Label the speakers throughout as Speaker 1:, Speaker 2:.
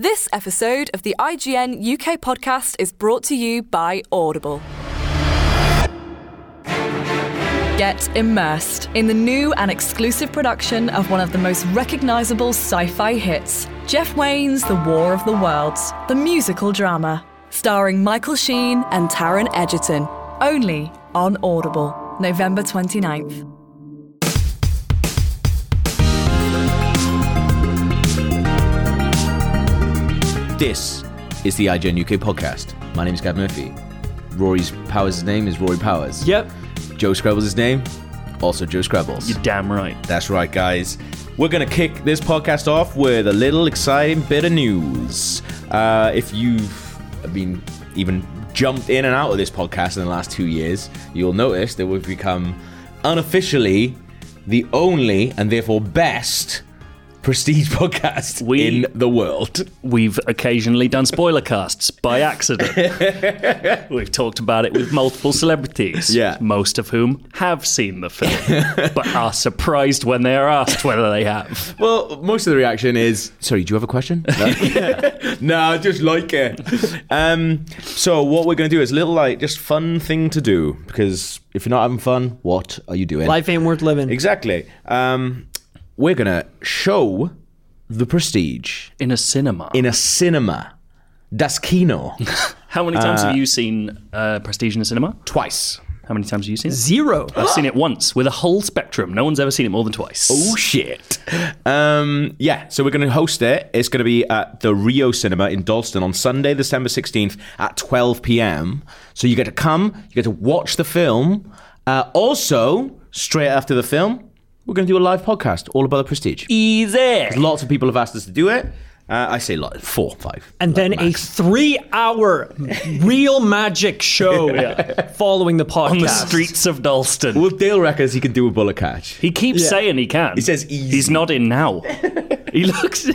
Speaker 1: This episode of the IGN UK podcast is brought to you by Audible. Get immersed in the new and exclusive production of one of the most recognizable sci fi hits Jeff Wayne's The War of the Worlds, the musical drama, starring Michael Sheen and Taryn Edgerton, only on Audible, November 29th.
Speaker 2: This is the IGN UK podcast. My name is Gav Murphy. Rory's Powers' name is Rory Powers.
Speaker 3: Yep.
Speaker 2: Joe Scrabbles' his name, also Joe Scrabbles.
Speaker 3: You're damn right.
Speaker 2: That's right, guys. We're going to kick this podcast off with a little exciting bit of news. Uh, if you've, I mean, even jumped in and out of this podcast in the last two years, you'll notice that we've become unofficially the only and therefore best prestige podcast
Speaker 3: We-
Speaker 2: in the world.
Speaker 3: We've occasionally done spoiler casts by accident. We've talked about it with multiple celebrities,
Speaker 2: Yeah.
Speaker 3: most of whom have seen the film, but are surprised when they are asked whether they have.
Speaker 2: Well, most of the reaction is, sorry, do you have a question? No, nah, I just like it. Um, so what we're going to do is a little like just fun thing to do because if you're not having fun, what are you doing?
Speaker 4: Life ain't worth living.
Speaker 2: Exactly. Um, we're going to show the prestige
Speaker 3: In a cinema.
Speaker 2: in a cinema. Das Kino.
Speaker 3: How many times have you seen uh, Prestige in a cinema?
Speaker 2: Twice.
Speaker 3: How many times have you seen it?
Speaker 4: Zero.
Speaker 3: I've seen it once with a whole spectrum. No one's ever seen it more than twice.
Speaker 2: Oh shit. Um, yeah, so we're going to host it. It's going to be at the Rio Cinema in Dalston on Sunday, December 16th at 12 p.m. So you get to come, you get to watch the film. Uh, also, straight after the film, we're going to do a live podcast all about the prestige.
Speaker 3: Easy.
Speaker 2: Lots of people have asked us to do it. Uh, I say lot, four, five.
Speaker 4: And then a three-hour real magic show following the podcast.
Speaker 3: On the streets of Dalston.
Speaker 2: Well, Dale reckons he can do a bullet catch.
Speaker 3: He keeps saying he can. He
Speaker 2: says easy.
Speaker 3: He's not in now. he looks.
Speaker 4: I'm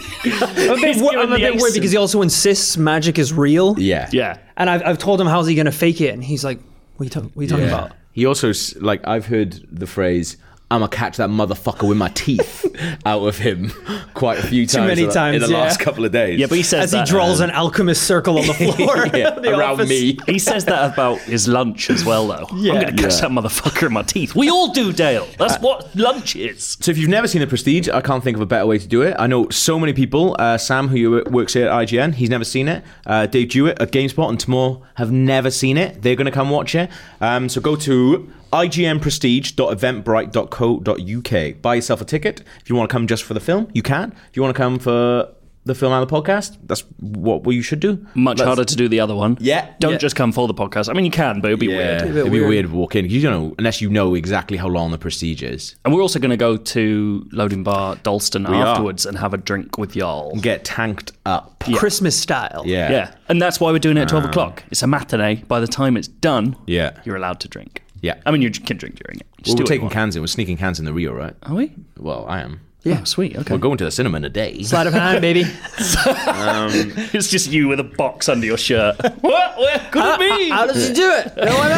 Speaker 4: a bit, wor- I'm a bit worried because he also insists magic is real.
Speaker 2: Yeah.
Speaker 3: Yeah.
Speaker 4: And I've, I've told him how's he gonna fake it, and he's like, "What are you, talk- what are you talking
Speaker 2: Yeah.
Speaker 4: about?"
Speaker 2: He also s- like I've heard the phrase "I'm gonna catch that motherfucker with my teeth" out of him quite a few times.
Speaker 4: many
Speaker 2: in the-
Speaker 4: times,
Speaker 2: in the
Speaker 4: yeah.
Speaker 2: last couple of days.
Speaker 3: Yeah, but he says
Speaker 4: As
Speaker 3: that, um,
Speaker 4: he draws an alchemist circle on the floor
Speaker 2: uh, Yeah,
Speaker 4: of the
Speaker 2: around
Speaker 4: office.
Speaker 2: me.
Speaker 3: He says that about his lunch as well, though. I'm going to catch that motherfucker in my teeth. We all do, Dale.
Speaker 4: Uh,
Speaker 3: That's what lunch is.
Speaker 2: So if you've never seen The Prestige, I can't think of a better way to do it. I know so many people. Uh, Sam, who works here at IGN, he's never seen it. Uh, Dave Jewett at GameSpot and Tamor have never seen it. They're going to come watch it. Um, so go to ignprestige.eventbrite.co.uk. Buy yourself a ticket. If you want to come just for the film, you can. If you want to come for the film and the podcast. That's what you should do.
Speaker 3: Much
Speaker 2: Let's-
Speaker 3: harder to do the other one.
Speaker 2: Yeah,
Speaker 3: Don't
Speaker 2: yeah.
Speaker 3: just come for the podcast. I mean, you can, but it'll be
Speaker 2: Yeah,
Speaker 3: weird.
Speaker 2: it'd be weird. to walk in 'cause you don't know unless you know exactly how long the prestige is.
Speaker 3: And we're also going to go to Loading Bar Dalston
Speaker 2: are.
Speaker 3: afterwards and have a drink with y'all.
Speaker 2: Get tanked up.
Speaker 4: Christmas style.
Speaker 2: Yeah,
Speaker 3: Yeah. And that's why we're doing it at
Speaker 4: Ah.
Speaker 3: 12 o'clock. It's a matinee. By the time it's done,
Speaker 2: Yeah.
Speaker 3: you're allowed to drink.
Speaker 2: Yeah.
Speaker 3: I mean, you can drink during it.
Speaker 2: Well,
Speaker 3: Just do
Speaker 2: we're
Speaker 3: what you
Speaker 2: taking
Speaker 3: want.
Speaker 2: cans in. We're sneaking cans in the Rio, right?
Speaker 3: Are we?
Speaker 2: Well, I am.
Speaker 3: Yeah. sweet. Okay.
Speaker 2: We're going to the cinema in a day.
Speaker 4: Sleight of hand, baby.
Speaker 3: It's just you with a box under your shirt. what? Where could it be?
Speaker 4: How does he do it? No one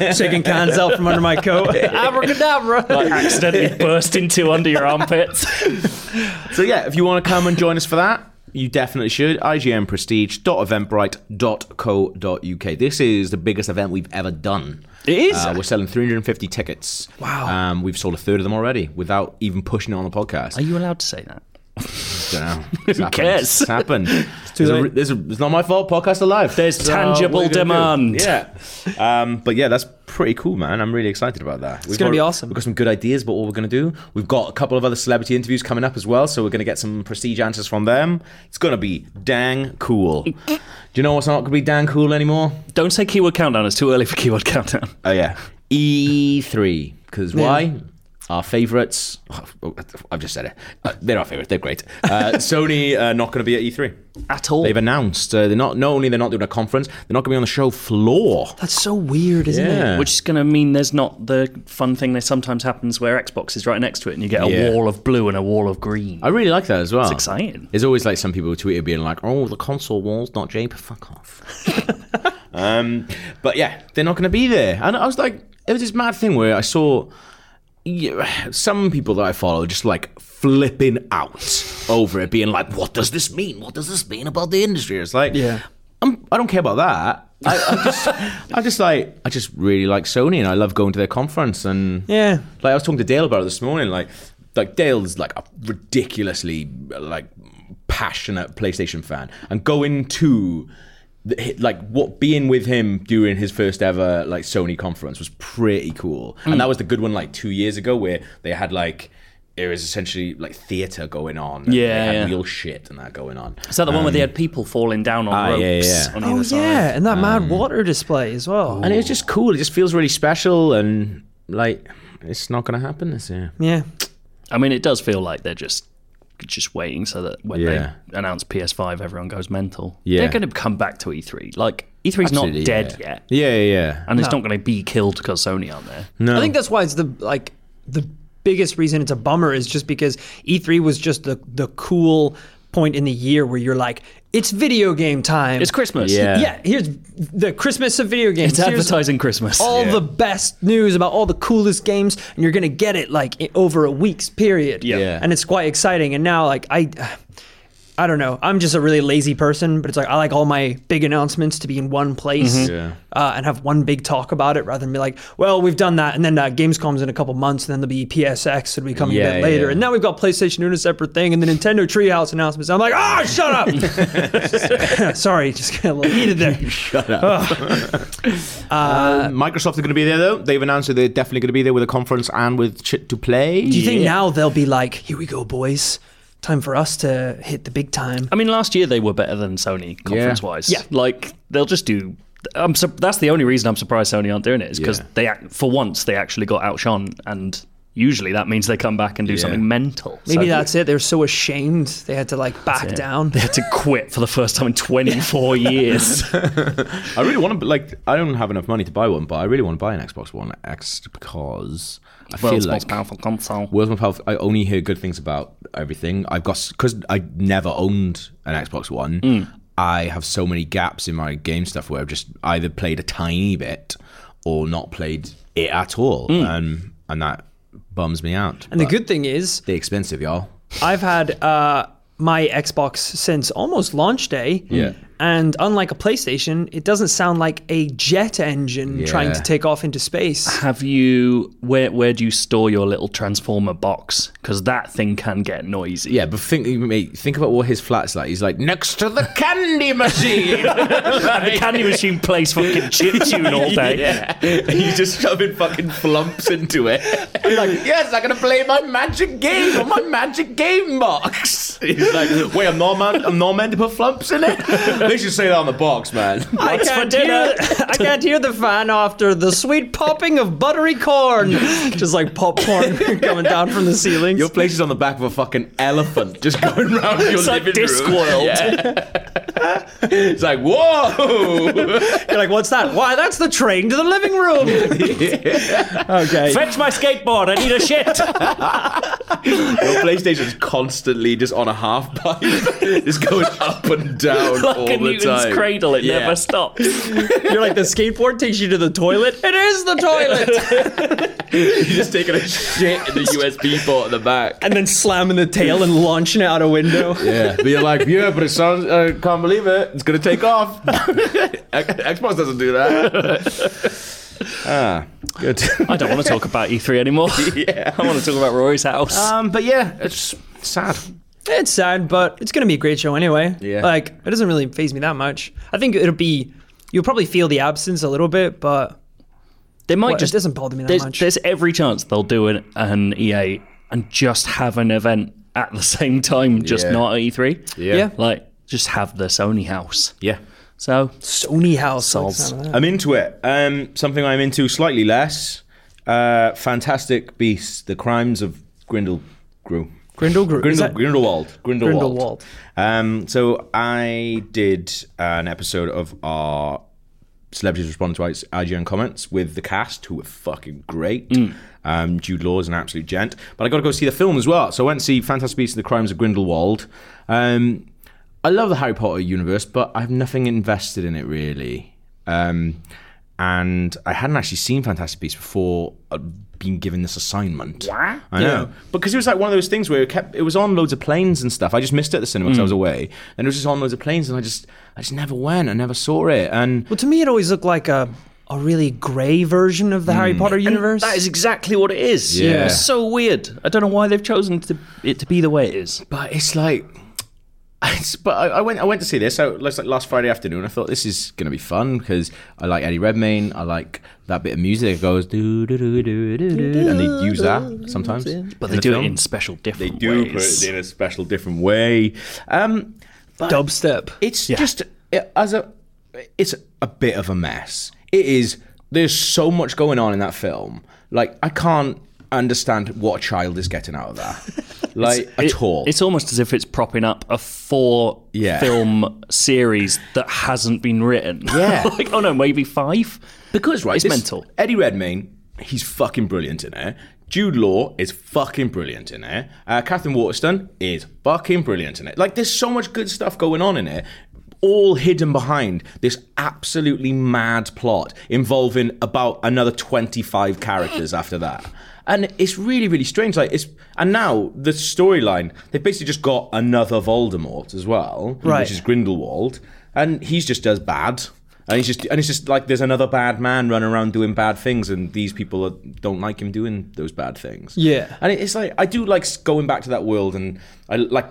Speaker 4: knows. Shaking cans out from under my coat. Abracadabra.
Speaker 3: Like accidentally burst into under your armpits.
Speaker 2: So yeah, if you want to come and join us for that, you definitely should. IGMprestige.eventbrite.co.uk. This is the biggest event we've ever done.
Speaker 3: It is.
Speaker 2: Uh, we're selling 350 tickets. Wow. Um, we've sold a third of them already without even pushing it on the podcast.
Speaker 3: Are you allowed to say that?
Speaker 2: Dunno.
Speaker 3: Who cares?
Speaker 2: It's happened. There's a, there's a, it's not my fault. Podcast alive. uh,
Speaker 3: There's tangible
Speaker 2: what are you gonna do?
Speaker 3: demand.
Speaker 2: Yeah. Um, but yeah, that's pretty cool, man. I'm really excited about that. It's
Speaker 4: gonna be awesome.
Speaker 2: We've got some good ideas about what we're going to do. We've got a couple of other celebrity interviews coming up as well, so we're going to get some prestige answers from them. It's going to be dang cool. do you know what's not going to be dang cool anymore?
Speaker 3: Don't say keyword countdown. It's too early for keyword countdown.
Speaker 2: Oh yeah, E3. Because why? Our favorites. oh, I've just said it. Uh, they're our favorites. They're great. Uh, Sony are not going to be at E E3
Speaker 3: At all.
Speaker 2: They've announced uh, they're not. Not only they're not doing a conference, they're not going to be on the show floor.
Speaker 4: That's so weird, isn't it?
Speaker 2: Yeah.
Speaker 3: Which is going to mean there's not the fun thing that sometimes happens where Xbox is right next to it and you get a
Speaker 2: Yeah.
Speaker 3: wall of blue and a wall of green.
Speaker 2: I really like that as well. It's
Speaker 3: exciting.
Speaker 2: There's always like some people who tweet being like, "Oh, the console wall's not Jape. Fuck off." um, but yeah, they're not going to be there. And I was like, it was this mad thing where I saw yeah, some people that I follow just like flipping out over it, being like, "What does this mean? What does this mean about the industry?" It's like, yeah, I'm, I don't care about that. I, I just, I just like, I just really like Sony, and I love going to their conference, and
Speaker 4: Yeah.
Speaker 2: like I was talking to Dale about it this morning. Like, like Dale's like a ridiculously like passionate PlayStation fan, and going to the- like what being with him during his first ever like Sony conference was pretty cool,
Speaker 3: Mm.
Speaker 2: and that was the good one like two years ago where they had like. It was essentially like theater going on. and
Speaker 3: Yeah,
Speaker 2: they had
Speaker 3: yeah.
Speaker 2: real shit and that going on.
Speaker 3: Is that the one where they had people falling down on
Speaker 2: ah,
Speaker 3: ropes
Speaker 2: yeah, yeah.
Speaker 3: on
Speaker 4: Oh,
Speaker 3: either side?
Speaker 4: yeah. And
Speaker 2: Um,
Speaker 4: that mad water display as well.
Speaker 2: And it was just cool. It just feels really special, and like it's not going to happen this year.
Speaker 4: Yeah.
Speaker 3: I mean, it does feel like they're just just waiting so that when
Speaker 2: Yeah.
Speaker 3: they announce PS5, everyone goes mental.
Speaker 2: Yeah.
Speaker 3: They're going to come back to E3. Like, E3's
Speaker 2: Absolutely,
Speaker 3: not dead
Speaker 2: yeah.
Speaker 3: yet.
Speaker 2: Yeah, yeah, yeah.
Speaker 3: And it's not going to be killed because Sony aren't there.
Speaker 2: Hmm.
Speaker 4: I think that's why it's the like the biggest reason it's a bummer is just because E3 was just the the cool point in the year where you're like it's video game time.
Speaker 3: It's Christmas.
Speaker 2: Yeah.
Speaker 4: Yeah, here's the Christmas of video games.
Speaker 3: It's
Speaker 4: Here's
Speaker 3: advertising Christmas.
Speaker 4: All
Speaker 2: Oh.
Speaker 4: the best news about all the coolest games, and you're gonna get it like i- over a week's period.
Speaker 2: Yeah.
Speaker 4: and it's quite exciting. And now, like I, I don't know. I'm just a really lazy person, but it's like I like all my big announcements to be in one place
Speaker 3: Mm-hmm.
Speaker 2: Yeah.
Speaker 4: uh, and have one big talk about it, rather than be like, well, we've done that, and then uh, Gamescom's in a couple months, and then there'll be PSX, and we come
Speaker 2: Yeah,
Speaker 4: a bit later,
Speaker 2: yeah.
Speaker 4: and now we've got PlayStation doing a separate thing, and the Nintendo Treehouse announcements. I'm like, ah, shut up. Sorry, just got a little heated there.
Speaker 2: Microsoft are going to be there though. They've announced that they're definitely going to be there with a conference and with shit to play.
Speaker 4: Do you think now they'll be like, here we go, boys? Time for us to hit the big time.
Speaker 3: I mean, last year they were better than Sony conference wise.
Speaker 4: Yeah.
Speaker 3: Like, they'll just do. I'm sur- that's the only reason I'm surprised Sony aren't doing it is because
Speaker 2: Yeah.
Speaker 3: they, act- for once, they actually got outshone, and usually that means they come back and do
Speaker 2: Yeah.
Speaker 3: something mental.
Speaker 4: Maybe
Speaker 3: So-
Speaker 4: that's it. They're so ashamed they had to like back down.
Speaker 3: They had to quit for the first time in 24 years.
Speaker 2: I really want to like. I don't have enough money to buy one, but I really want to buy an Xbox One X because I
Speaker 3: World's
Speaker 2: feel like
Speaker 3: most powerful console.
Speaker 2: World's Most Powerful. I only hear good things about everything. I've got because I never owned an Xbox One.
Speaker 4: Mm.
Speaker 2: I have so many gaps in my game stuff where I've just either played a tiny bit or not played it at all, and and that bums me out.
Speaker 4: Mm. And the
Speaker 2: But
Speaker 4: good thing is,
Speaker 2: they're expensive, y'all.
Speaker 4: I've had uh, my Xbox since almost launch day.
Speaker 2: Yeah.
Speaker 4: And unlike a PlayStation, it doesn't sound like a jet engine trying to
Speaker 2: Yeah.
Speaker 4: take off into space.
Speaker 3: Have you where where do you store your little transformer box? Because that thing can get noisy.
Speaker 2: Yeah, but think mate, think about what his flat's like. He's like next to the candy machine.
Speaker 3: and the candy machine plays fucking chip tune all day.
Speaker 2: Yeah. He's just shoving fucking flumps into it. like, yes, I'm gonna play my magic game on my magic game box. He's like, wait, I'm not meant, I'm not meant to put flumps in it. they should say that on the box, man.
Speaker 4: I can't, hear, I can't hear the fan after the sweet popping of buttery corn. Just like popcorn coming down from the ceilings.
Speaker 2: Your place is on the back of a fucking elephant, just going round your
Speaker 3: It's like
Speaker 2: living room.
Speaker 3: Discworld.
Speaker 2: It's like, whoa!
Speaker 4: You're like, what's that? Why, that's the train to the living room. okay.
Speaker 3: Fetch my skateboard. I need a shit.
Speaker 2: Your PlayStation's constantly just on a half pipe, just going up and down
Speaker 3: like
Speaker 2: all the
Speaker 3: a Newton's
Speaker 2: time.
Speaker 3: cradle. It
Speaker 2: Yeah.
Speaker 3: never stops.
Speaker 4: You're like, the skateboard takes you to the toilet. It is the toilet.
Speaker 2: You're just taking a shit in the USB port at the back.
Speaker 4: and then slamming the tail and launching it out a window.
Speaker 2: Yeah, but you're like, yeah, but it sounds, I can't believe it. It's gonna take off. Xbox doesn't do that. ah, good.
Speaker 3: I don't want to talk about E3 anymore.
Speaker 2: Yeah.
Speaker 3: I want to talk about Rory's house.
Speaker 4: Uh,
Speaker 2: Um, but yeah, it's sad.
Speaker 4: It's sad, but it's gonna be a great show anyway.
Speaker 2: Yeah.
Speaker 4: Like it doesn't really phase me that much. I think it'll be you'll probably feel the absence a little bit, but
Speaker 3: they might
Speaker 4: well,
Speaker 3: just
Speaker 4: it doesn't bother me that
Speaker 3: there's,
Speaker 4: much.
Speaker 3: There's every chance they'll do an, an EA and just have an event at the same time, just
Speaker 2: Yeah.
Speaker 3: not at E3.
Speaker 4: Yeah.
Speaker 3: Like, just have the Sony house.
Speaker 2: Yeah.
Speaker 3: So,
Speaker 4: Sony House like,
Speaker 3: Solves.
Speaker 4: something like that.
Speaker 2: I'm into it. Um, something I'm into slightly less. Uh, Fantastic Beasts: The Crimes of Grindel Grew.
Speaker 4: Grindel Gru-
Speaker 2: Grindel,
Speaker 4: is that-
Speaker 2: Grindelwald. Grindelwald.
Speaker 4: Grindelwald.
Speaker 2: Um, so I did an episode of our celebrities respond to IGN comments with the cast, who were fucking great.
Speaker 4: Mm.
Speaker 2: Um, Jude Law is an absolute gent, but I got to go see the film as well. So I went to see Fantastic Beasts: and The Crimes of Grindelwald. Um, I love the Harry Potter universe, but I have nothing invested in it really. Um, and I hadn't actually seen Fantastic Beasts before I'd been given this assignment. I know. Because it was like one of those things where it kept it was on loads of planes and stuff. I just missed it at the cinema because I was away. And it was just on loads of planes and I just I just never went. I never saw it. And
Speaker 4: Well, to me, it always looked like a a really grey version of the
Speaker 2: Hmm.
Speaker 4: Harry Potter universe.
Speaker 3: that is exactly what it is.
Speaker 2: Yeah.
Speaker 3: It's so weird. I don't know why they've chosen to, it to be the way it is.
Speaker 2: but it's like it's, but I, I went. I went to see this. So last, like last Friday afternoon, I thought this is gonna be fun because I like Eddie Redmayne. I like that bit of music that goes do do do do do do, and they use that sometimes.
Speaker 3: But they
Speaker 2: the
Speaker 3: do
Speaker 2: film.
Speaker 3: it in special
Speaker 2: They
Speaker 3: different
Speaker 2: do put
Speaker 3: ways.
Speaker 2: it in a special, different way. Um,
Speaker 4: dubstep.
Speaker 2: it's just it, as a it's a bit of a mess it is there's so much going on in that film like i can't understand what a child is getting out of that like at
Speaker 3: It-
Speaker 2: all
Speaker 3: It's almost as if it's propping up a four
Speaker 2: Yeah.
Speaker 3: film series that hasn't been written.
Speaker 2: Yeah.
Speaker 3: like, oh no, maybe five?
Speaker 2: because right
Speaker 3: it's
Speaker 2: this-
Speaker 3: mental.
Speaker 2: eddie redmayne he's fucking brilliant in it jude law is fucking brilliant in it uh, catherine waterston is fucking brilliant in it like there's so much good stuff going on in it all hidden behind this absolutely mad plot involving about another 25 characters after that and it's really really strange like it's and now the storyline they've basically just got another voldemort as well
Speaker 4: Right.
Speaker 2: which is grindelwald and he's just as bad and he's just and it's just like there's another bad man running around doing bad things and these people are, don't like him doing those bad things
Speaker 4: Yeah.
Speaker 2: and it's like I do like going back to that world, and I like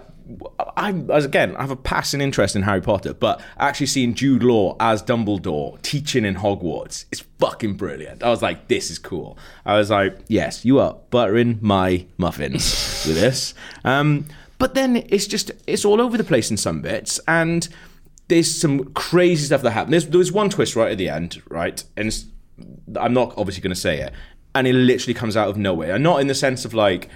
Speaker 2: I as again I have a passing interest in Harry Potter, but actually seeing Jude Law as Dumbledore teaching in Hogwarts is fucking brilliant. I was like, this is cool. I was like, yes, you are buttering my muffins with this. Um, but then it's just it's all over the place in some bits, and there's some crazy stuff that happened. There's, there was one twist right at the end, right, and it's, I'm not obviously going to say it, and it literally comes out of nowhere. And not in the sense of like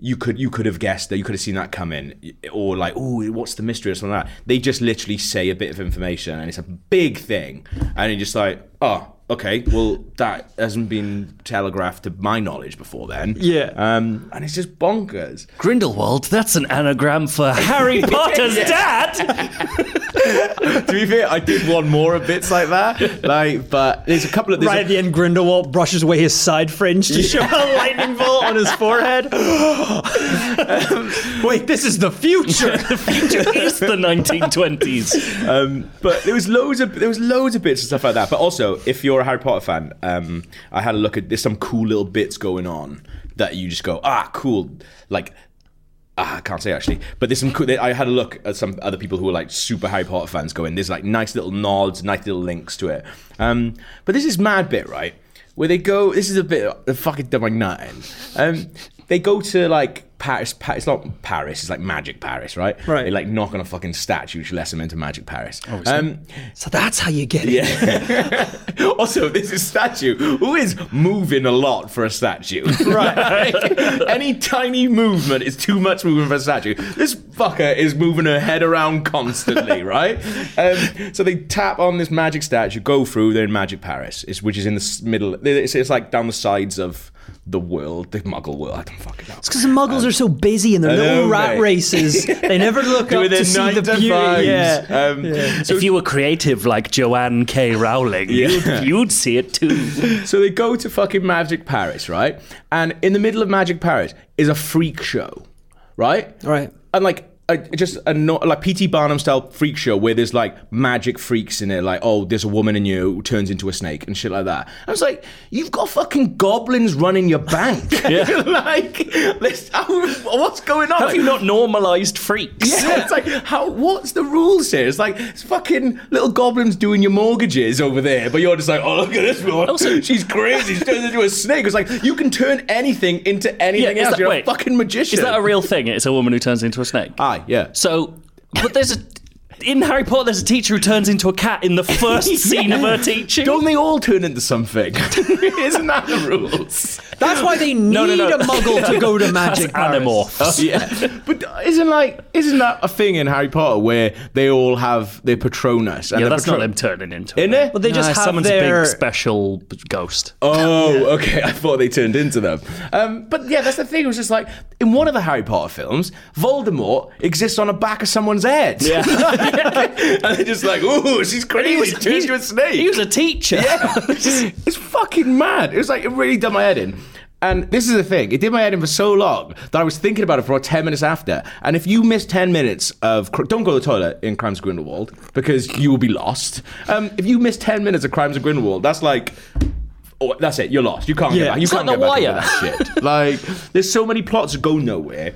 Speaker 2: you could you could have guessed that you could have seen that coming, or like oh what's the mystery or something like that. They just literally say a bit of information, and it's a big thing, and you're just like oh okay, well that hasn't been telegraphed to my knowledge before then.
Speaker 4: Yeah.
Speaker 2: um, and it's just bonkers.
Speaker 3: Grindelwald, that's an anagram for Harry Potter's dad.
Speaker 2: to be fair, I did want more of bits like that, like but there's a couple of there's
Speaker 4: Right
Speaker 2: a-
Speaker 4: at the end, Grindelwald brushes away his side fringe to show a lightning bolt on his forehead. Wait, this is the future.
Speaker 3: the future is the 1920s.
Speaker 2: um, but there was loads of there was loads of bits and stuff like that. But also, if you're a Harry Potter fan, um, I had a look at there's some cool little bits going on that you just go ah cool like. Ah, I can't say actually, but there's some. Cool, I had a look at some other people who were like super Harry Potter fans going. There's like nice little nods, nice little links to it. Um, uh, but this is mad bit right where they go. This is a bit the fucking dumb like nine. Um, they go to like Paris, pa- it's not Paris, it's like Magic Paris, right?
Speaker 4: Right.
Speaker 2: They like knock on a fucking statue, which lets them into Magic Paris. Oh,
Speaker 4: So that's how you get it.
Speaker 2: also, this is statue. Who is moving a lot for a statue? Right. any tiny movement is too much movement for a statue. This fucker is moving her head around constantly, right? Um, so they tap on this magic statue, go through, they're in Magic Paris, it's, which is in the s- middle. It's, it's like down the sides of the world, the muggle world. I don't fucking know.
Speaker 4: It's because the muggles are so busy in their
Speaker 2: know,
Speaker 4: little rat
Speaker 2: mate.
Speaker 4: races. They never look up
Speaker 2: Doing
Speaker 4: to
Speaker 2: their
Speaker 4: see
Speaker 2: nine
Speaker 4: the
Speaker 2: to
Speaker 4: beauty.
Speaker 2: fives.
Speaker 4: Yeah.
Speaker 2: Um, So
Speaker 3: if you were creative like Joanne K. Rowling, you'd, you'd see it too.
Speaker 2: So they go to fucking Magic Paris, right? And in the middle of Magic Paris is a freak show, right?
Speaker 4: Right.
Speaker 2: And like a, just a no, like PT Barnum style freak show where there's like magic freaks in it, like oh, there's a woman in you who turns into a snake and shit like that. I was like, you've got fucking goblins running your bank. like, this, how, what's going on?
Speaker 3: Have you not normalized freaks?
Speaker 2: Yeah, it's like how? What's the rules here? It's like it's fucking little goblins doing your mortgages over there, but you're just like, oh look at this one.
Speaker 3: Also-
Speaker 2: she's crazy. She turns into a snake. It's like you can turn anything into anything
Speaker 3: is
Speaker 2: else.
Speaker 3: that-
Speaker 2: you're
Speaker 3: wait.
Speaker 2: a fucking magician.
Speaker 3: Is that a real thing? It's a woman who turns into a snake.
Speaker 2: Aye, yeah.
Speaker 3: So, but there's a in Harry Potter there's a teacher who turns into a cat in the first scene of her teaching.
Speaker 2: Don't they all turn into something? Isn't that the rules?
Speaker 4: That's why they need
Speaker 3: no, no.
Speaker 4: a muggle to go to Magic Paris.
Speaker 3: Animorphs.
Speaker 2: yeah, but isn't like isn't that a thing in Harry Potter where they all have their Patronus? And
Speaker 3: Yeah,
Speaker 2: their
Speaker 3: that's not
Speaker 2: Patron-
Speaker 3: them turning into.
Speaker 2: Isn't
Speaker 3: it?
Speaker 2: it?
Speaker 4: But they just
Speaker 3: Nah,
Speaker 4: have
Speaker 3: someone's
Speaker 4: their
Speaker 3: big special ghost.
Speaker 2: Oh, okay. I thought they turned into them. Um, but yeah, that's the thing. It was just like in one of the Harry Potter films, Voldemort exists on the back of someone's head. Yeah. and they're just like, ooh, she's crazy. He turned into a snake.
Speaker 3: He was a teacher.
Speaker 2: yeah. it's fucking mad. It was like, it really done my head in. And this is the thing, it did my head in for so long that I was thinking about it for about 10 minutes after. And if you miss 10 minutes of. Cr- Don't go to the toilet in Crimes of Grindelwald because you will be lost. Um, if you miss 10 minutes of Crimes of Grindelwald, that's like Oh, that's it. You're lost. You can't
Speaker 4: Yeah.
Speaker 2: get back. You
Speaker 4: It's
Speaker 2: can't
Speaker 3: like
Speaker 2: get back
Speaker 3: The
Speaker 2: into that shit. Like, there's so many plots that go nowhere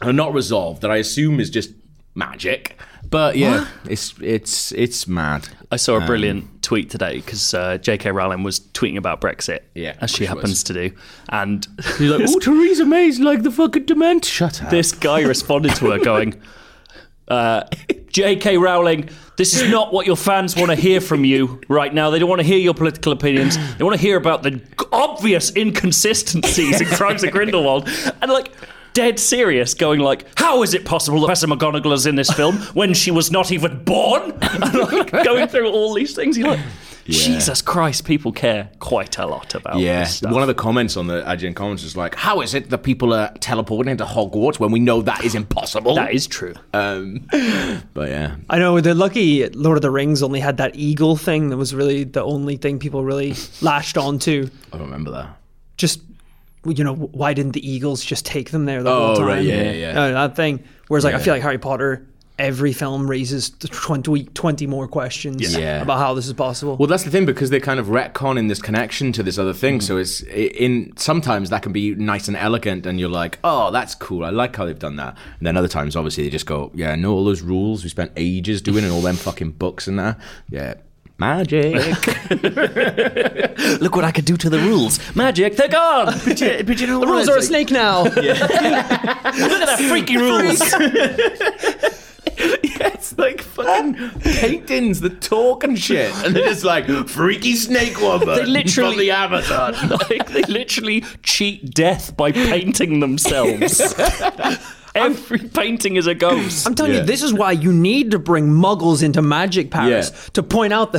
Speaker 2: and are not resolved that I assume is just magic. But yeah, it's it's it's mad.
Speaker 3: I saw a
Speaker 2: Um,
Speaker 3: brilliant tweet today because uh, J.K. Rowling was tweeting about Brexit,
Speaker 2: Yeah,
Speaker 3: as she
Speaker 2: she was.
Speaker 3: happens to do, and
Speaker 2: You're like, oh, Theresa May's like the fucking dement. Shut up.
Speaker 3: this guy responded to her going, uh, J.K. Rowling, this is not what your fans want to hear from you right now. They don't want to hear your political opinions. They want to hear about the obvious inconsistencies in Crimes of Grindelwald. And like, dead serious, going like, how is it possible that Professor McGonagall is in this film when she was not even born? And like, going through all these things, you're like, Jesus Christ, people care quite a lot about
Speaker 2: Yeah,
Speaker 3: this stuff.
Speaker 2: one of the comments on the IGN comments was like, "How is it that people are teleporting into Hogwarts when we know that is impossible?"
Speaker 3: that is true.
Speaker 2: um, but yeah,
Speaker 4: I know they're lucky Lord of the Rings only had that eagle thing that was really the only thing people really latched onto.
Speaker 2: I don't remember that.
Speaker 4: Just you know, why didn't the eagles just take them there the
Speaker 2: Oh,
Speaker 4: whole time?
Speaker 2: right, yeah, yeah, yeah.
Speaker 4: Uh, that thing. Whereas like I feel like Harry Potter every film raises 20, 20 more questions
Speaker 2: Yeah. Yeah.
Speaker 4: about how this is possible.
Speaker 2: Well, that's the thing because they're kind of retcon in this connection to this other
Speaker 3: Mm.
Speaker 2: thing. So it's i- in sometimes that can be nice and elegant, and you're like, "Oh, that's cool. I like how they've done that." And then other times, obviously, they just go, "Yeah, no, all those rules we spent ages doing, and all them fucking books and that, yeah." Magic.
Speaker 3: Look what I could do to the rules. Magic, they're gone.
Speaker 4: the rules
Speaker 3: what?
Speaker 4: are a
Speaker 3: It's
Speaker 4: snake now.
Speaker 3: Look at that freaky rules.
Speaker 2: it's like fucking paintings that talk and shit. And they're just like, freaky snake woman.
Speaker 3: They literally-
Speaker 2: From the Amazon.
Speaker 3: like they literally cheat death by painting themselves. Every painting is a ghost.
Speaker 4: I'm telling
Speaker 2: Yeah.
Speaker 4: you, this is why you need to bring muggles into Magic Paris
Speaker 2: Yeah.
Speaker 4: to point out the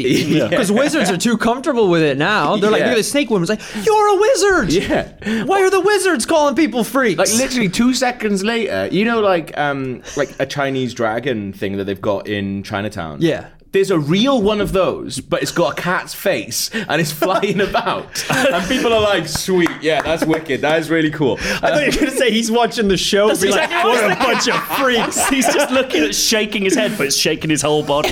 Speaker 2: Yeah.
Speaker 4: Because wizards are too comfortable with it now. They're like,
Speaker 2: Yeah.
Speaker 4: look at the snake woman's like, you're a wizard.
Speaker 2: Yeah.
Speaker 4: Why are the wizards calling people freaks?
Speaker 2: Like literally two seconds later, you know, like um, like a Chinese dragon thing that they've got in Chinatown.
Speaker 4: Yeah.
Speaker 2: There's a real one of those, but it's got a cat's face and it's flying about. And people are like, sweet, yeah, that's wicked. That is really cool.
Speaker 4: I thought you were going to say he's watching the show. and be like,
Speaker 3: what a bunch of freaks. He's just looking at shaking his head, but it's shaking his whole body.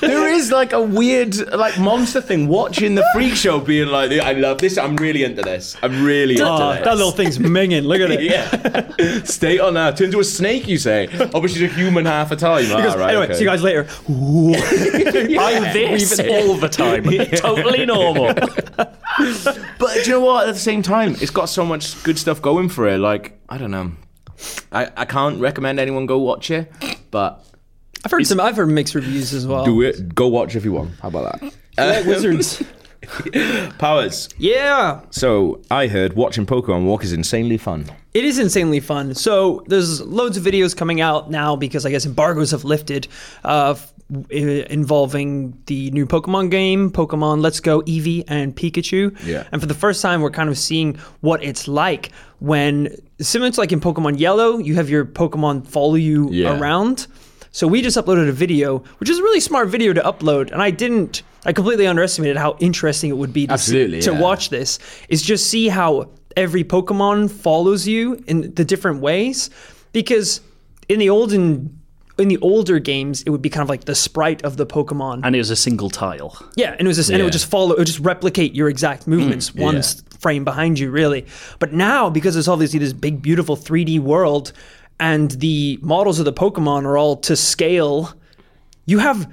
Speaker 2: There is is like a weird, like monster thing. Watching the freak show, being like, "I love this. I'm really into this. I'm really into
Speaker 4: Oh,
Speaker 2: this."
Speaker 4: that little thing's minging. Look at it.
Speaker 2: yeah. Stay on that. Turn into a snake, you say. Oh, but she's a human half a time.
Speaker 4: He goes,
Speaker 2: Ah, right,
Speaker 4: anyway,
Speaker 2: okay.
Speaker 4: see you guys later. Ooh.
Speaker 3: I'm this all the time. Totally normal.
Speaker 2: But do you know what? At the same time, it's got so much good stuff going for it. Like, I don't know. I, I can't recommend anyone go watch it, but
Speaker 4: I've heard some. I've heard mixed reviews as well.
Speaker 2: do it. Go watch if you want. How about that? Uh,
Speaker 4: Like wizards.
Speaker 2: Powers.
Speaker 4: Yeah.
Speaker 2: So I heard watching Pokemon Walk is insanely fun.
Speaker 4: It is insanely fun. So there's loads of videos coming out now because I guess embargoes have lifted, uh, f- i- involving the new Pokemon game, Pokemon Let's Go Eevee and Pikachu.
Speaker 2: Yeah.
Speaker 4: And for the first time, we're kind of seeing what it's like when similar to like in Pokemon Yellow, you have your Pokemon follow you
Speaker 2: Yeah.
Speaker 4: around. So we just uploaded a video, which is a really smart video to upload, and I didn't. I completely underestimated how interesting it would be to, see-
Speaker 2: Absolutely,
Speaker 4: to
Speaker 2: yeah.
Speaker 4: watch watch this is just see how every Pokemon follows you in the different ways. Because in the olden in the older games, it would be kind of like the sprite of the Pokemon.
Speaker 3: And it was a single tile.
Speaker 4: Yeah, and it was just, and it would
Speaker 2: Yeah.
Speaker 4: just follow, it would just replicate your exact movements one s frame behind you, really. But now, because it's obviously this big, beautiful 3D world, and the models of the Pokemon are all to scale, you have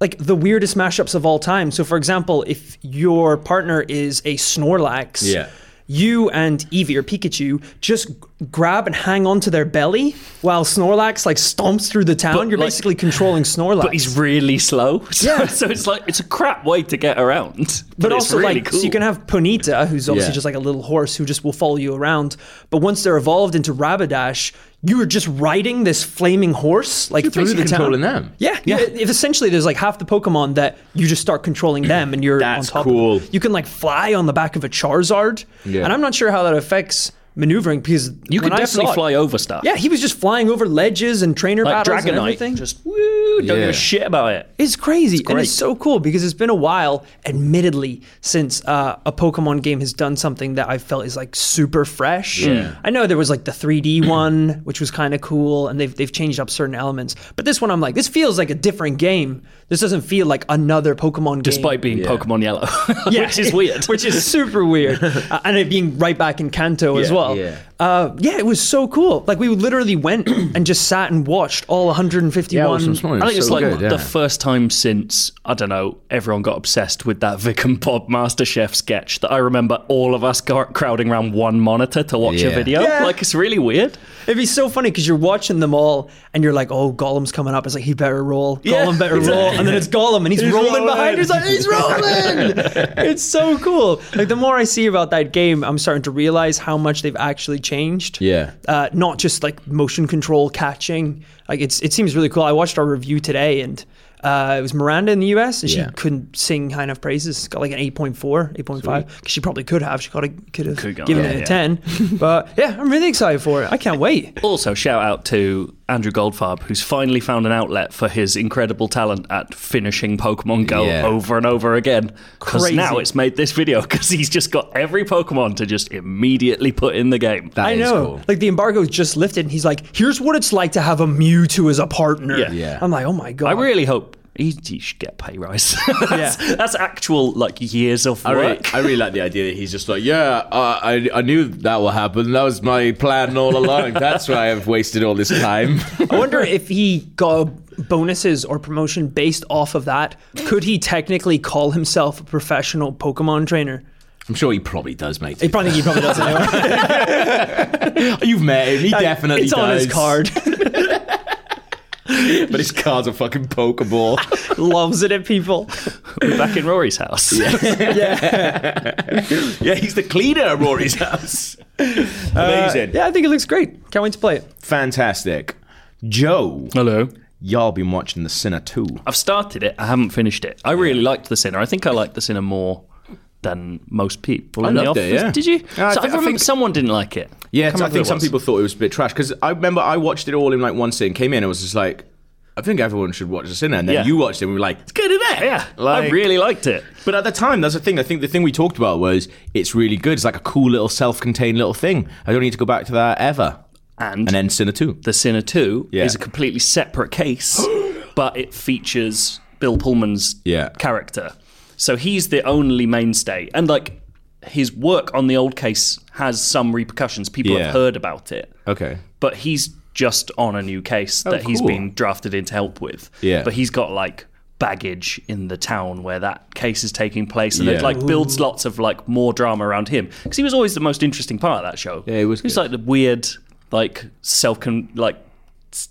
Speaker 4: like the weirdest mashups of all time. So, for example, if your partner is a Snorlax,
Speaker 2: Yeah.
Speaker 4: you and Eevee or Pikachu just g- grab and hang onto their belly while Snorlax like stomps through the town. You're
Speaker 3: like-
Speaker 4: basically controlling Snorlax.
Speaker 3: But he's really slow. So,
Speaker 4: Yeah.
Speaker 3: so it's like it's a crap way to get around.
Speaker 4: but,
Speaker 3: it's
Speaker 4: also
Speaker 3: really
Speaker 4: like
Speaker 3: cool.
Speaker 4: so you can have Ponita, who's obviously
Speaker 2: Yeah.
Speaker 4: just like a little horse who just will follow you around. But once they're evolved into Rabidash, you are just riding this flaming horse like through the
Speaker 2: basically
Speaker 4: town.
Speaker 2: controlling them.
Speaker 4: Yeah, yeah. If essentially there's like half the Pokemon that you just start controlling them, and you're
Speaker 2: That's
Speaker 4: on top.
Speaker 2: cool.
Speaker 4: Of them. You can like fly on the back of a Charizard,
Speaker 2: Yeah.
Speaker 4: and I'm not sure how that affects maneuvering because
Speaker 3: You can
Speaker 4: when I saw
Speaker 3: definitely
Speaker 4: it-
Speaker 3: fly over stuff.
Speaker 4: Yeah, he was just flying over ledges and trainer
Speaker 3: like
Speaker 4: battles and
Speaker 3: Dragonite.
Speaker 4: everything.
Speaker 3: Just woo, don't give
Speaker 2: Yeah.
Speaker 3: a shit about it.
Speaker 4: It's crazy, and
Speaker 3: great.
Speaker 4: it's so cool because it's been a while, admittedly, since uh, a Pokemon game has done something that I felt is like super fresh. I know there was like the 3D one, which was kind of cool, and they've they've changed up certain elements. But this one, I'm like, this feels like a different game. This doesn't feel like another Pokemon
Speaker 3: Despite
Speaker 4: game.
Speaker 3: being Pokemon Yellow, which is weird.
Speaker 4: which is super weird, uh, and it being right back in Kanto as
Speaker 2: Yeah,
Speaker 4: well.
Speaker 2: yeah.
Speaker 4: Uh, yeah, it was so cool. Like we literally went and just sat and watched all 151.
Speaker 2: Yeah, I was smiling.
Speaker 3: I think it's
Speaker 2: So
Speaker 3: like
Speaker 2: good, yeah.
Speaker 3: the first time since I don't know. Everyone got obsessed with that Vic and Bob MasterChef sketch that I remember all of us car- crowding around one monitor to watch a
Speaker 2: Yeah.
Speaker 3: video.
Speaker 4: Yeah.
Speaker 3: Like it's really weird.
Speaker 4: It'd be so funny because you're watching them all and you're like, oh, Gollum's coming up. It's like, he better roll. Gollum better roll. And then it's Gollum and he's, rolling, behind. you. It's like, he's rolling. it's so cool. Like, the more I see about that game, I'm starting to realize how much they've actually changed.
Speaker 2: Yeah.
Speaker 4: Uh, not just like motion control catching. Like, it's it seems really cool. I watched our review today and. Uh, it was Miranda in the US, and
Speaker 2: Yeah.
Speaker 4: she couldn't sing high enough praises. She Got like an 8.4, 8.5. 'cause She probably could have. She got a, could have
Speaker 3: Could go,
Speaker 4: given
Speaker 3: yeah,
Speaker 4: it a
Speaker 3: yeah.
Speaker 4: 10. but yeah, I'm really excited for it. I can't wait.
Speaker 3: Also, shout out to Andrew Goldfarb, who's finally found an outlet for his incredible talent at finishing Pokemon Go
Speaker 2: Yeah.
Speaker 3: over and over again. Because
Speaker 4: Crazy.
Speaker 3: now it's made this video because he's just got every Pokemon to just immediately put in the game.
Speaker 2: That
Speaker 4: I
Speaker 2: is
Speaker 4: know.
Speaker 2: cool.
Speaker 4: Like the embargo is just lifted, and he's like, "Here's what it's like to have a Mewtwo as a partner."
Speaker 3: Yeah.
Speaker 2: Yeah.
Speaker 4: I'm like, "Oh my god!"
Speaker 3: I really hope he, he should get pay rise. that's, that's actual like years of
Speaker 2: I really,
Speaker 3: work.
Speaker 2: I really like the idea that he's just like, yeah, uh, I, I knew that will happen. That was my plan all along. That's why I've wasted all this time.
Speaker 4: I wonder if he got bonuses or promotion based off of that. Could he technically call himself a professional Pokemon trainer?
Speaker 2: I'm sure he probably does, mate.
Speaker 4: He probably he probably doesn't. Know.
Speaker 2: You've met him. He definitely
Speaker 4: it's
Speaker 2: does.
Speaker 4: on his card.
Speaker 2: But his card's a fucking Pokeball.
Speaker 4: Loves it at people.
Speaker 3: We're back in Rory's house.
Speaker 2: yeah, he's the cleaner at Rory's house. Amazing.
Speaker 4: Yeah, I think it looks great. Can't wait to play it.
Speaker 2: Fantastic. Joe,
Speaker 3: Hello.
Speaker 2: y'all been watching The Sinner 2.
Speaker 3: I've started it. I haven't finished it. I really liked The Sinner. I think I liked The Sinner more than most people
Speaker 2: I
Speaker 3: in the
Speaker 2: loved
Speaker 3: office.
Speaker 2: it, yeah.
Speaker 3: Did you?
Speaker 2: Yeah, I thi- I
Speaker 3: so I remember
Speaker 2: think-
Speaker 3: someone didn't like it.
Speaker 2: Yeah,
Speaker 3: Can't
Speaker 2: I
Speaker 3: remember
Speaker 2: think
Speaker 3: who it
Speaker 2: some
Speaker 3: was.
Speaker 2: people thought it was a bit trash because I remember I watched it all in like one sitting, came in and was just like, I think everyone should watch The Sinner. And then
Speaker 3: Yeah.
Speaker 2: you watched it and we were like, it's good, isn't it?
Speaker 3: Yeah, I
Speaker 2: Like-
Speaker 3: really liked it.
Speaker 2: But at the time, that's the thing. I think the thing we talked about was it's really good. It's like a cool little self-contained little thing. I don't need to go back to that ever.
Speaker 3: And,
Speaker 2: And then Sinner 2.
Speaker 3: The Sinner 2
Speaker 2: Yeah.
Speaker 3: is a completely separate case, but it features Bill Pullman's
Speaker 2: Yeah.
Speaker 3: character. So he's the only mainstay. And like his work on the old case has some repercussions. People
Speaker 2: Yeah.
Speaker 3: have heard about it.
Speaker 2: Okay.
Speaker 3: But he's just on a new case that he's
Speaker 2: cool.
Speaker 3: been drafted in to help with.
Speaker 2: Yeah.
Speaker 3: But he's got like baggage in the town where that case is taking place and
Speaker 2: Yeah.
Speaker 3: it like builds lots of like more drama around him because he was always the most interesting part of that show
Speaker 2: Yeah, he was
Speaker 3: he was
Speaker 2: good.
Speaker 3: like the weird like self con- like s-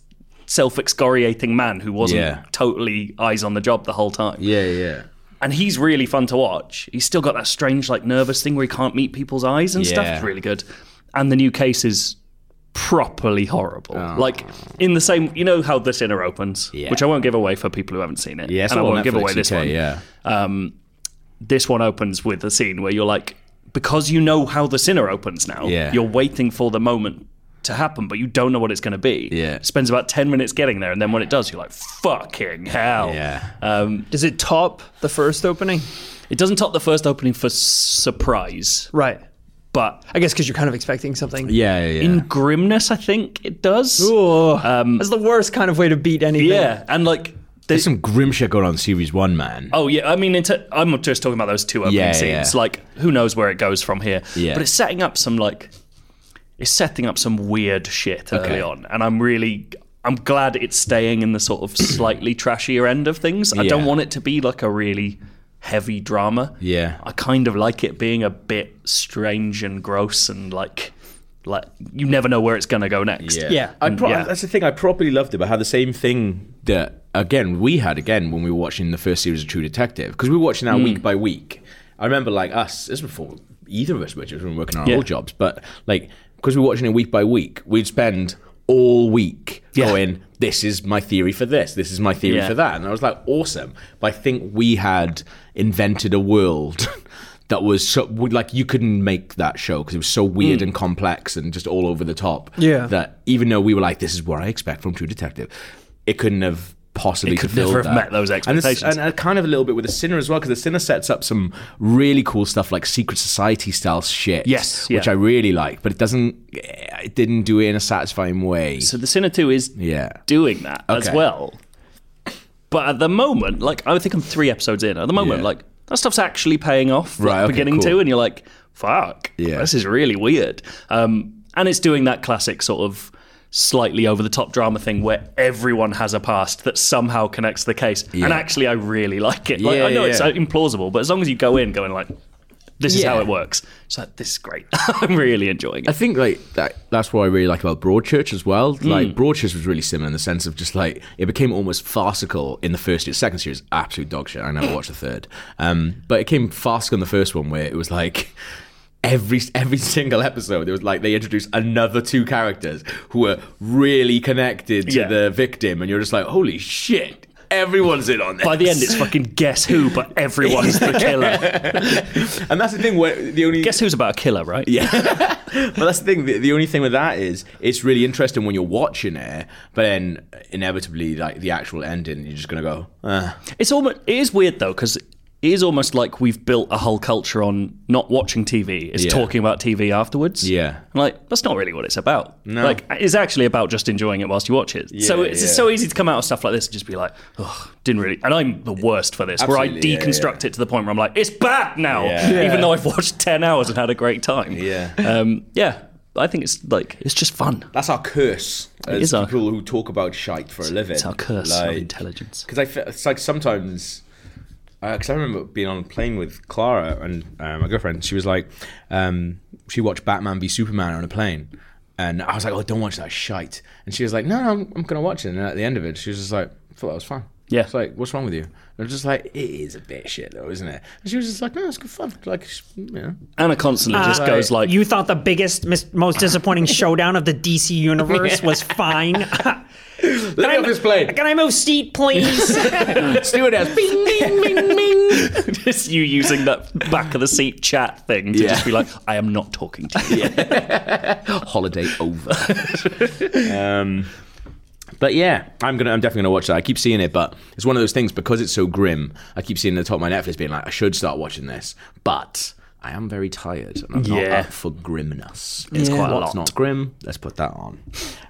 Speaker 3: self-excoriating man who wasn't
Speaker 2: Yeah.
Speaker 3: totally eyes on the job the whole time
Speaker 2: Yeah, yeah.
Speaker 3: and he's really fun to watch. He's still got that strange, like, nervous thing where he can't meet people's eyes and stuff.
Speaker 2: Yeah.
Speaker 3: It's really good. And the new case is properly horrible. Like, in the same, you know how The Sinner opens,
Speaker 2: Oh. Yeah.
Speaker 3: which I won't give away for people who haven't seen it.
Speaker 2: Yeah, it's
Speaker 3: and I
Speaker 2: not on
Speaker 3: won't give
Speaker 2: Netflix
Speaker 3: away this
Speaker 2: UK,
Speaker 3: one.
Speaker 2: Yeah.
Speaker 3: Um, this one opens with a scene where you're like, because you know how The Sinner opens now,
Speaker 2: Yeah.
Speaker 3: you're waiting for the moment to happen, but you don't know what it's going to be.
Speaker 2: Yeah.
Speaker 3: Spends about 10 minutes getting there, and then when it does, you're like, fucking hell.
Speaker 2: Yeah.
Speaker 3: Um,
Speaker 4: Does it top the first opening?
Speaker 3: it doesn't top the first opening for surprise,
Speaker 4: Right.
Speaker 3: but
Speaker 4: I guess because you're kind of expecting something.
Speaker 2: Yeah, yeah, yeah.
Speaker 3: in grimness, I think it does.
Speaker 4: Oh, that's the worst kind of way to beat anything.
Speaker 3: Yeah, and like,
Speaker 2: There's
Speaker 3: there's
Speaker 2: some grim shit going on in series one, man.
Speaker 3: oh yeah, I mean, in t- I'm just talking about those two opening
Speaker 2: Yeah, yeah.
Speaker 3: scenes. Like, who knows where it goes from here?
Speaker 2: Yeah.
Speaker 3: but it's setting up some like, it's setting up some weird shit
Speaker 2: Okay.
Speaker 3: early on, and I'm really. I'm glad it's staying in the sort of slightly trashier end of things. I don't
Speaker 2: Yeah.
Speaker 3: want it to be like a really heavy drama.
Speaker 2: Yeah.
Speaker 3: I kind of like it being a bit strange and gross and like like you never know where it's gonna go next. Mm,
Speaker 4: Yeah.
Speaker 2: I pro-
Speaker 3: Yeah.
Speaker 2: That's the thing. I properly loved it, but I had the same thing that again we had again when we were watching the first series of True Detective because we were watching
Speaker 3: Mm.
Speaker 2: that week by week. I remember like us. This was before either of us were just we were working on our
Speaker 3: Yeah.
Speaker 2: old jobs, but like because we were watching it week by week, we'd spend all week
Speaker 3: Yeah.
Speaker 2: going, "This is my theory for this. This is my theory
Speaker 3: Yeah.
Speaker 2: for that," and I was like, "Awesome!" But I think we had invented a world. That was so we- like you couldn't make that show because it was so
Speaker 3: Mm.
Speaker 2: weird and complex and just all over the top
Speaker 4: Yeah.
Speaker 2: that even though we were like, this is what I expect from True Detective, it couldn't have possibly
Speaker 3: It could
Speaker 2: fulfilled
Speaker 3: never have
Speaker 2: that.
Speaker 3: met those
Speaker 2: And it's-
Speaker 3: expectations.
Speaker 2: And, uh, kind of a little bit with The Sinner as well, because The Sinner sets up some really cool stuff like secret society style shit.
Speaker 3: Yes,
Speaker 2: Which
Speaker 3: yeah.
Speaker 2: I really like, but it doesn't, it didn't do it in a satisfying way.
Speaker 3: So the Sinner 2 is
Speaker 2: Yeah.
Speaker 3: doing that as
Speaker 2: Okay.
Speaker 3: well. But at the moment, like I think I'm three episodes in. At the moment,
Speaker 2: Yeah.
Speaker 3: like that stuff's actually paying off like,
Speaker 2: Right, okay,
Speaker 3: beginning
Speaker 2: cool.
Speaker 3: to, and you're like, fuck.
Speaker 2: Yeah.
Speaker 3: This is really weird. Um and it's doing that classic sort of slightly over the top drama thing where everyone has a past that somehow connects to the case. And actually I really like it. Like
Speaker 2: Yeah,
Speaker 3: I know
Speaker 2: yeah,
Speaker 3: it's
Speaker 2: yeah.
Speaker 3: uh, implausible, but as long as you go in going like this is
Speaker 2: Yeah.
Speaker 3: how it works. It's like this is great. I'm really enjoying it.
Speaker 2: I think like that, that's what I really like about Broadchurch as well.
Speaker 3: Hmm.
Speaker 2: Like Broadchurch was really similar in the sense of just like it became almost farcical in the first series. Second series, absolute dog shit. I never watched the third, um, but it came farcical in the first one where it was like. Every every single episode, it was like they introduced another two characters who were really connected to
Speaker 3: Yeah.
Speaker 2: the victim, and you're just like, holy shit, everyone's in on this.
Speaker 3: By the end, it's fucking guess who, but everyone's the killer.
Speaker 2: and that's the thing where the only
Speaker 3: Guess who's about a killer, right? Yeah.
Speaker 2: But that's the thing. The, the only thing with that is it's really interesting when you're watching it, but then inevitably, like the actual ending, you're just gonna go, uh,
Speaker 3: It's almost it is weird though because it is almost like we've built a whole culture on not watching TV. It's
Speaker 2: Yeah.
Speaker 3: talking about TV afterwards.
Speaker 2: Yeah.
Speaker 3: I'm like that's not really what it's about. No, like it's actually about just enjoying it whilst you watch it. so
Speaker 2: Yeah,
Speaker 3: it's
Speaker 2: yeah.
Speaker 3: so easy to come out of stuff like this and just be like, oh, didn't really. And I'm the worst for this, where I
Speaker 2: Absolutely, yeah,
Speaker 3: deconstruct
Speaker 2: yeah.
Speaker 3: it to the point where I'm like, it's bad now,
Speaker 2: Yeah.
Speaker 3: even though I've watched ten hours and had a great time.
Speaker 2: Yeah.
Speaker 3: um, yeah. I think it's like it's just fun.
Speaker 2: "That's our curse." As
Speaker 3: is our-
Speaker 2: people who talk about shite for a living,
Speaker 3: It's our curse of intelligence.
Speaker 2: Because I, fe- it's like sometimes. Because I remember being on a plane with Clara and uh, my girlfriend. She was like, um, she watched Batman v Superman on a plane, and I was like, "Oh, don't watch that shite." And she was like, "No, no, I'm, I'm gonna watch it." And at the end of it, she was just like, "I "Thought that was fun."
Speaker 3: Yeah.
Speaker 2: It's like, "What's wrong with you?" And I was just like, "It is a bit shit, though, isn't it?" And she was just like, "No, it's good fun." Like, it's- you know.
Speaker 3: Anna constantly just
Speaker 2: Uh,
Speaker 3: goes like,
Speaker 5: You thought the biggest, mis- most disappointing showdown of the DC universe was fine. Can
Speaker 2: Let me off this plane.
Speaker 5: I move seat, please?
Speaker 2: Stewardess. Bing, bing, bing, bing.
Speaker 3: just you using that back of the seat chat thing to
Speaker 2: Yeah.
Speaker 3: just be like, I am not talking to you.
Speaker 2: holiday over. um, but yeah, I'm gonna, I'm definitely gonna watch that. I keep seeing it, but it's one of those things because it's so grim. I keep seeing the top of my Netflix being like, I should start watching this, but I am very tired and I'm not
Speaker 3: Yeah.
Speaker 2: up for grimness. It's
Speaker 3: quite a
Speaker 2: What's
Speaker 3: lot.
Speaker 2: not grim? Let's put that on.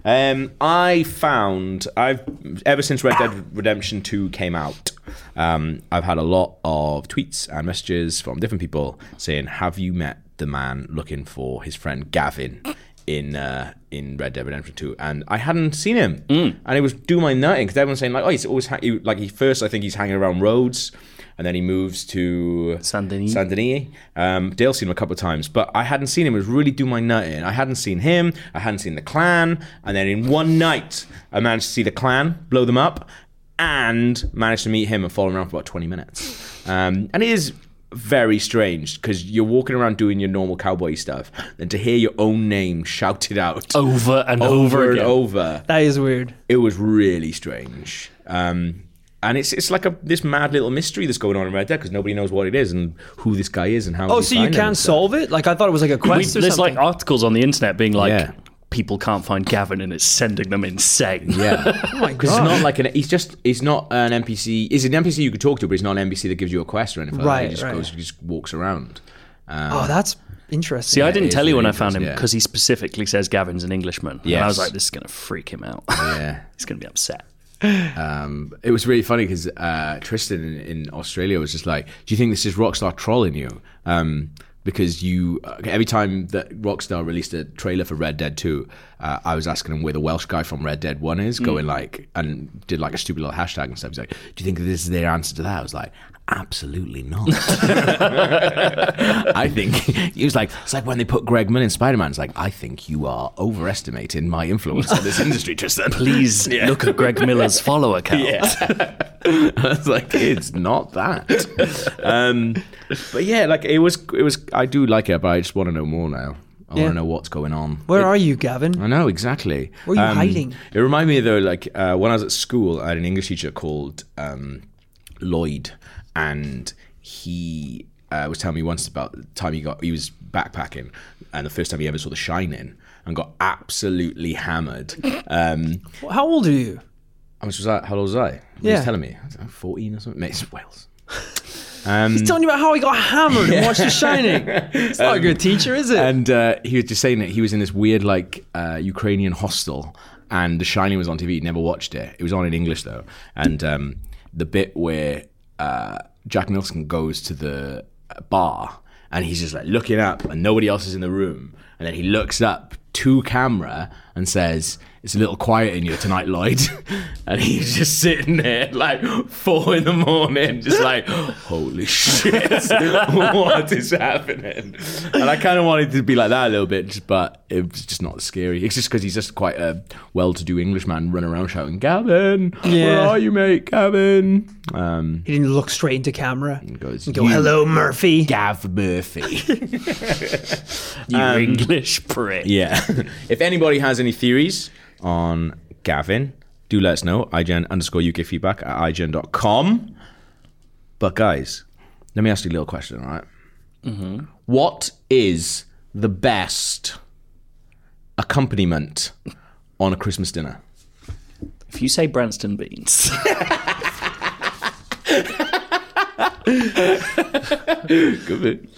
Speaker 2: Um, I found I've ever since Red Dead Redemption Two came out. Um, I've had a lot of tweets and messages from different people saying, "Have you met the man looking for his friend Gavin in uh, in Red Dead Redemption 2?" And I hadn't seen him,
Speaker 3: Hmm.
Speaker 2: and it was do my nutting because everyone's saying like, "Oh, he's always ha-, he, like he first I think he's hanging around roads." And then he moves to
Speaker 3: Saint Denis.
Speaker 2: Saint Denis. Um, Dale's seen him a couple of times, but I hadn't seen him. It was really do my nut in. I hadn't seen him. I hadn't seen the clan. And then in one night, I managed to see the clan, blow them up, and managed to meet him and follow him around for about 20 minutes. Um, and it is very strange because you're walking around doing your normal cowboy stuff, and to hear your own name shouted out
Speaker 3: Over Oh, and over
Speaker 2: over and
Speaker 3: again.
Speaker 2: over
Speaker 4: That is weird.
Speaker 2: it was really strange. Um, and it's it's like a this mad little mystery that's going on in Red Dead because nobody knows what it is and who this guy is and how.
Speaker 4: Oh,
Speaker 2: did he
Speaker 4: so you
Speaker 2: find him
Speaker 4: can
Speaker 2: and stuff.
Speaker 4: solve it? Like I thought it was like a
Speaker 3: We-
Speaker 4: quest or
Speaker 3: there's
Speaker 4: something.
Speaker 3: like articles on the internet being like,
Speaker 2: Yeah.
Speaker 3: people can't find Gavin and it's sending them insane.
Speaker 2: Yeah. oh my god. It's not like an. He's just. He's not an NPC. He's an NPC you could talk to, but he's not an NPC that gives you a quest or anything. like that.
Speaker 4: Right,
Speaker 2: He just
Speaker 4: right.
Speaker 2: goes. He just walks around.
Speaker 4: oh, that's
Speaker 3: See,
Speaker 4: interesting.
Speaker 3: I didn't
Speaker 2: is
Speaker 3: tell you when I
Speaker 2: really
Speaker 3: found him
Speaker 2: interesting, yeah.
Speaker 3: because he specifically says Gavin's an Englishman. Yeah, And I was
Speaker 2: Yes.
Speaker 3: like, this is going to freak him out.
Speaker 2: Yeah.
Speaker 3: He's going to be upset.
Speaker 2: It was really funny because uh, Tristan in, in Australia was just like, "Do you think this is Rockstar trolling you?" Um, because you uh, every time that Rockstar released a trailer for Red Dead Two, uh, I was asking him where the Welsh guy from Red Dead One is, going like, and did like a stupid little hashtag and stuff. He's like, "Do you think this is their answer to that?" I was like. Absolutely not. I think he was like, it's like when they put Greg Miller in Spider Man. It's like, I think you are overestimating my influence on this industry, Tristan.
Speaker 3: Please look at Greg Miller's follower count.
Speaker 2: I was like, it's not that. Um, but yeah, like it was, it was. I do like it, but I just want to know more now. I want
Speaker 4: Yeah.
Speaker 2: to know what's going on.
Speaker 4: Where are you, Gavin?
Speaker 2: I know exactly. Um,
Speaker 4: Where are you hiding?
Speaker 2: It reminded me though, like uh, when I was at school, I had an English teacher called um, Lloyd, and he uh, was telling me once about the time he got he was backpacking, and the first time he ever saw The Shining, and got absolutely hammered. Um,
Speaker 4: How old are you?
Speaker 2: how much was that? How old was I? What yeah. he
Speaker 4: Yeah.
Speaker 2: was telling me, I don't know, fourteen or something. Mate, it's Wales.
Speaker 4: He's telling you about how he got hammered and watched The Shining. It's not a good teacher, is it?
Speaker 2: and uh, he was just saying that he was in this weird like uh, Ukrainian hostel, and The Shining was on TV. He never watched it. It was on in English though, and um, the bit where uh, Jack Nicholson goes to the uh, bar and he's just like looking up, and nobody else is in the room, and then he looks up to camera and says. It's a little quiet in here tonight, Lloyd. And he's just sitting there, like four in the morning, just like, holy shit, what is happening? And I kind of wanted to be like that a little bit, just- but it was just not scary. It's just because he's just quite a well-to-do Englishman running around shouting, "Gavin, where
Speaker 4: Yeah.
Speaker 2: are you, mate, Gavin?" Um,
Speaker 4: he didn't look straight into camera.
Speaker 2: he goes,
Speaker 4: Go,
Speaker 2: "You,
Speaker 4: hello, Murphy.
Speaker 2: Gav Murphy."
Speaker 3: You
Speaker 2: Um,
Speaker 3: English prick.
Speaker 2: Yeah. if anybody has any theories on Gavin, do let us know. IGN underscore UK feedback at IGN.com. But guys, let me ask you a little question, all right? What is the best accompaniment on a Christmas dinner?
Speaker 3: If you say Branston Beans,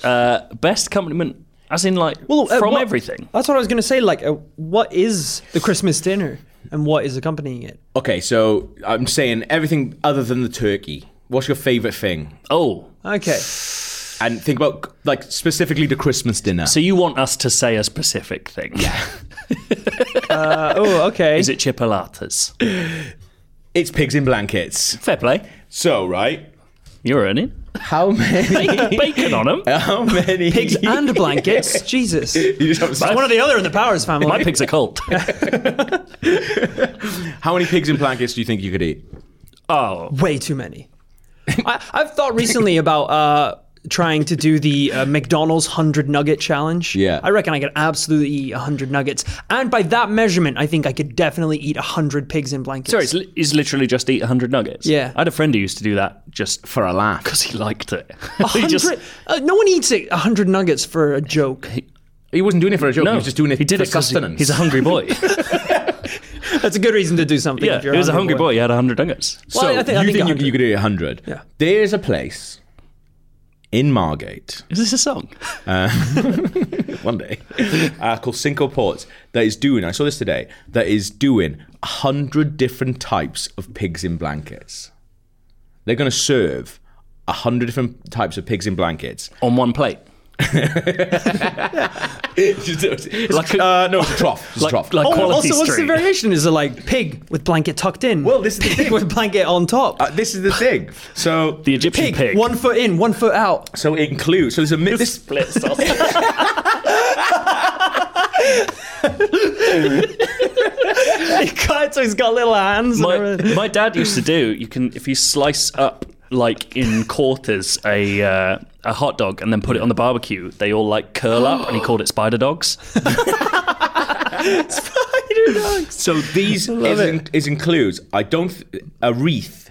Speaker 3: uh, best accompaniment, as in like
Speaker 4: uh,
Speaker 3: from
Speaker 4: what-
Speaker 3: everything.
Speaker 4: That's what I was going to say. Like, uh, what is the Christmas dinner and what is accompanying it?
Speaker 2: Okay, so I'm saying everything other than the turkey. What's your favorite thing?
Speaker 3: Oh,
Speaker 4: Okay.
Speaker 2: And think about like specifically the Christmas dinner.
Speaker 3: so you want us to say a specific thing? Yeah.
Speaker 4: Uh, oh, okay.
Speaker 3: Is it chipolatas?
Speaker 2: It's pigs in blankets.
Speaker 3: Fair play.
Speaker 2: So, right?
Speaker 3: You're earning.
Speaker 2: How many?
Speaker 3: Bacon on them.
Speaker 2: How many?
Speaker 4: Pigs and blankets. Jesus. It's
Speaker 2: You just have to
Speaker 4: one or the other in the Powers family.
Speaker 3: My pigs are cold.
Speaker 2: How many pigs in blankets do you think you could eat?
Speaker 3: Oh,
Speaker 4: Way too many. I, I've thought recently about uh, trying to do the uh, McDonald's 100 nugget challenge.
Speaker 2: Yeah.
Speaker 4: I reckon I could absolutely eat 100 nuggets. And by that measurement, I think I could definitely eat 100 pigs in blankets.
Speaker 3: sorry, it's, li- it's literally just eat 100 nuggets.
Speaker 4: Yeah.
Speaker 3: I had a friend who used to do that just
Speaker 2: For a laugh.
Speaker 3: because he liked it. he
Speaker 4: 100,
Speaker 3: just
Speaker 4: uh, no one eats it- 100 nuggets for a joke.
Speaker 2: He wasn't doing it for a joke.
Speaker 3: no,
Speaker 2: he was just doing it
Speaker 3: He did
Speaker 2: for
Speaker 3: it 'cause he-
Speaker 2: sustenance.
Speaker 3: he's a hungry boy.
Speaker 4: That's a good reason to do something.
Speaker 3: yeah,
Speaker 4: if
Speaker 3: he
Speaker 4: you're
Speaker 3: was a hungry boy. He had 100 nuggets.
Speaker 2: so
Speaker 4: Well, I think- I
Speaker 2: you
Speaker 4: think
Speaker 2: think, you,
Speaker 4: 100.
Speaker 2: you could eat 100?
Speaker 4: Yeah.
Speaker 2: There's a place in Margate,
Speaker 3: Is this a song?
Speaker 2: one day, uh, called Cinco Ports that is doing, I saw this today, that is doing 100 different types of pigs in blankets. They're going to serve a hundred different types of pigs in blankets.
Speaker 3: on one plate.
Speaker 2: like
Speaker 3: a-
Speaker 2: uh, no, it's a trough. It's a
Speaker 3: Like,
Speaker 2: trough.
Speaker 3: like
Speaker 4: Oh,
Speaker 3: quality
Speaker 4: also, what's the
Speaker 3: street.
Speaker 4: variation? Is it like pig with blanket tucked in?
Speaker 2: Well, this is the
Speaker 4: pig
Speaker 2: thing.
Speaker 4: with blanket on top.
Speaker 2: Uh, this is the thing. So
Speaker 3: the Egyptian pig.
Speaker 4: One foot in, one foot out.
Speaker 2: so it includes. So there's a mi- this
Speaker 3: split sausage.
Speaker 4: He cuts, so he's got little hands. and
Speaker 3: my,
Speaker 4: everything.
Speaker 3: my dad used to do. You can if you slice up like in quarters a uh, a hot dog and then put it on the barbecue. They all like curl up, and he called it spider dogs.
Speaker 2: So these is, in, is includes. I don't th- a wreath.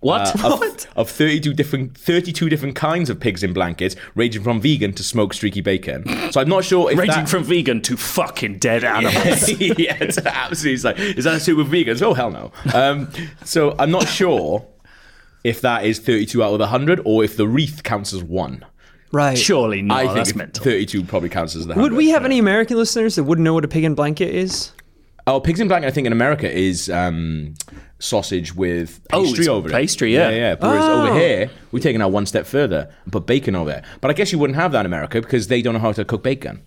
Speaker 3: What?
Speaker 2: uh, of, of 32 different 32 different kinds of pigs in blankets ranging from vegan to smoke streaky bacon so i'm not sure if
Speaker 3: Ranging
Speaker 2: that...
Speaker 3: from vegan to fucking dead animals.
Speaker 2: yeah, it's absolutely. It's like, is that a suit with vegans? Oh hell no. Um, so I'm not sure if that is 32 out of the 100 or if the wreath counts as one.
Speaker 4: right.
Speaker 3: Surely not.
Speaker 2: I think
Speaker 3: that's
Speaker 2: it-
Speaker 3: mental.
Speaker 2: 32 probably counts as the. 100.
Speaker 4: Would we have any American listeners that wouldn't know what a pig in blanket is?
Speaker 2: Oh, pigs in blanket. I think in America is um, sausage with
Speaker 3: Oh,
Speaker 2: pastry
Speaker 3: it's
Speaker 2: over
Speaker 3: pastry,
Speaker 2: it.
Speaker 3: yeah. Oh.
Speaker 2: yeah, yeah. But Whereas over here, we've taken that one step further and put bacon over it. But I guess you wouldn't have that in America because they don't know how to cook bacon.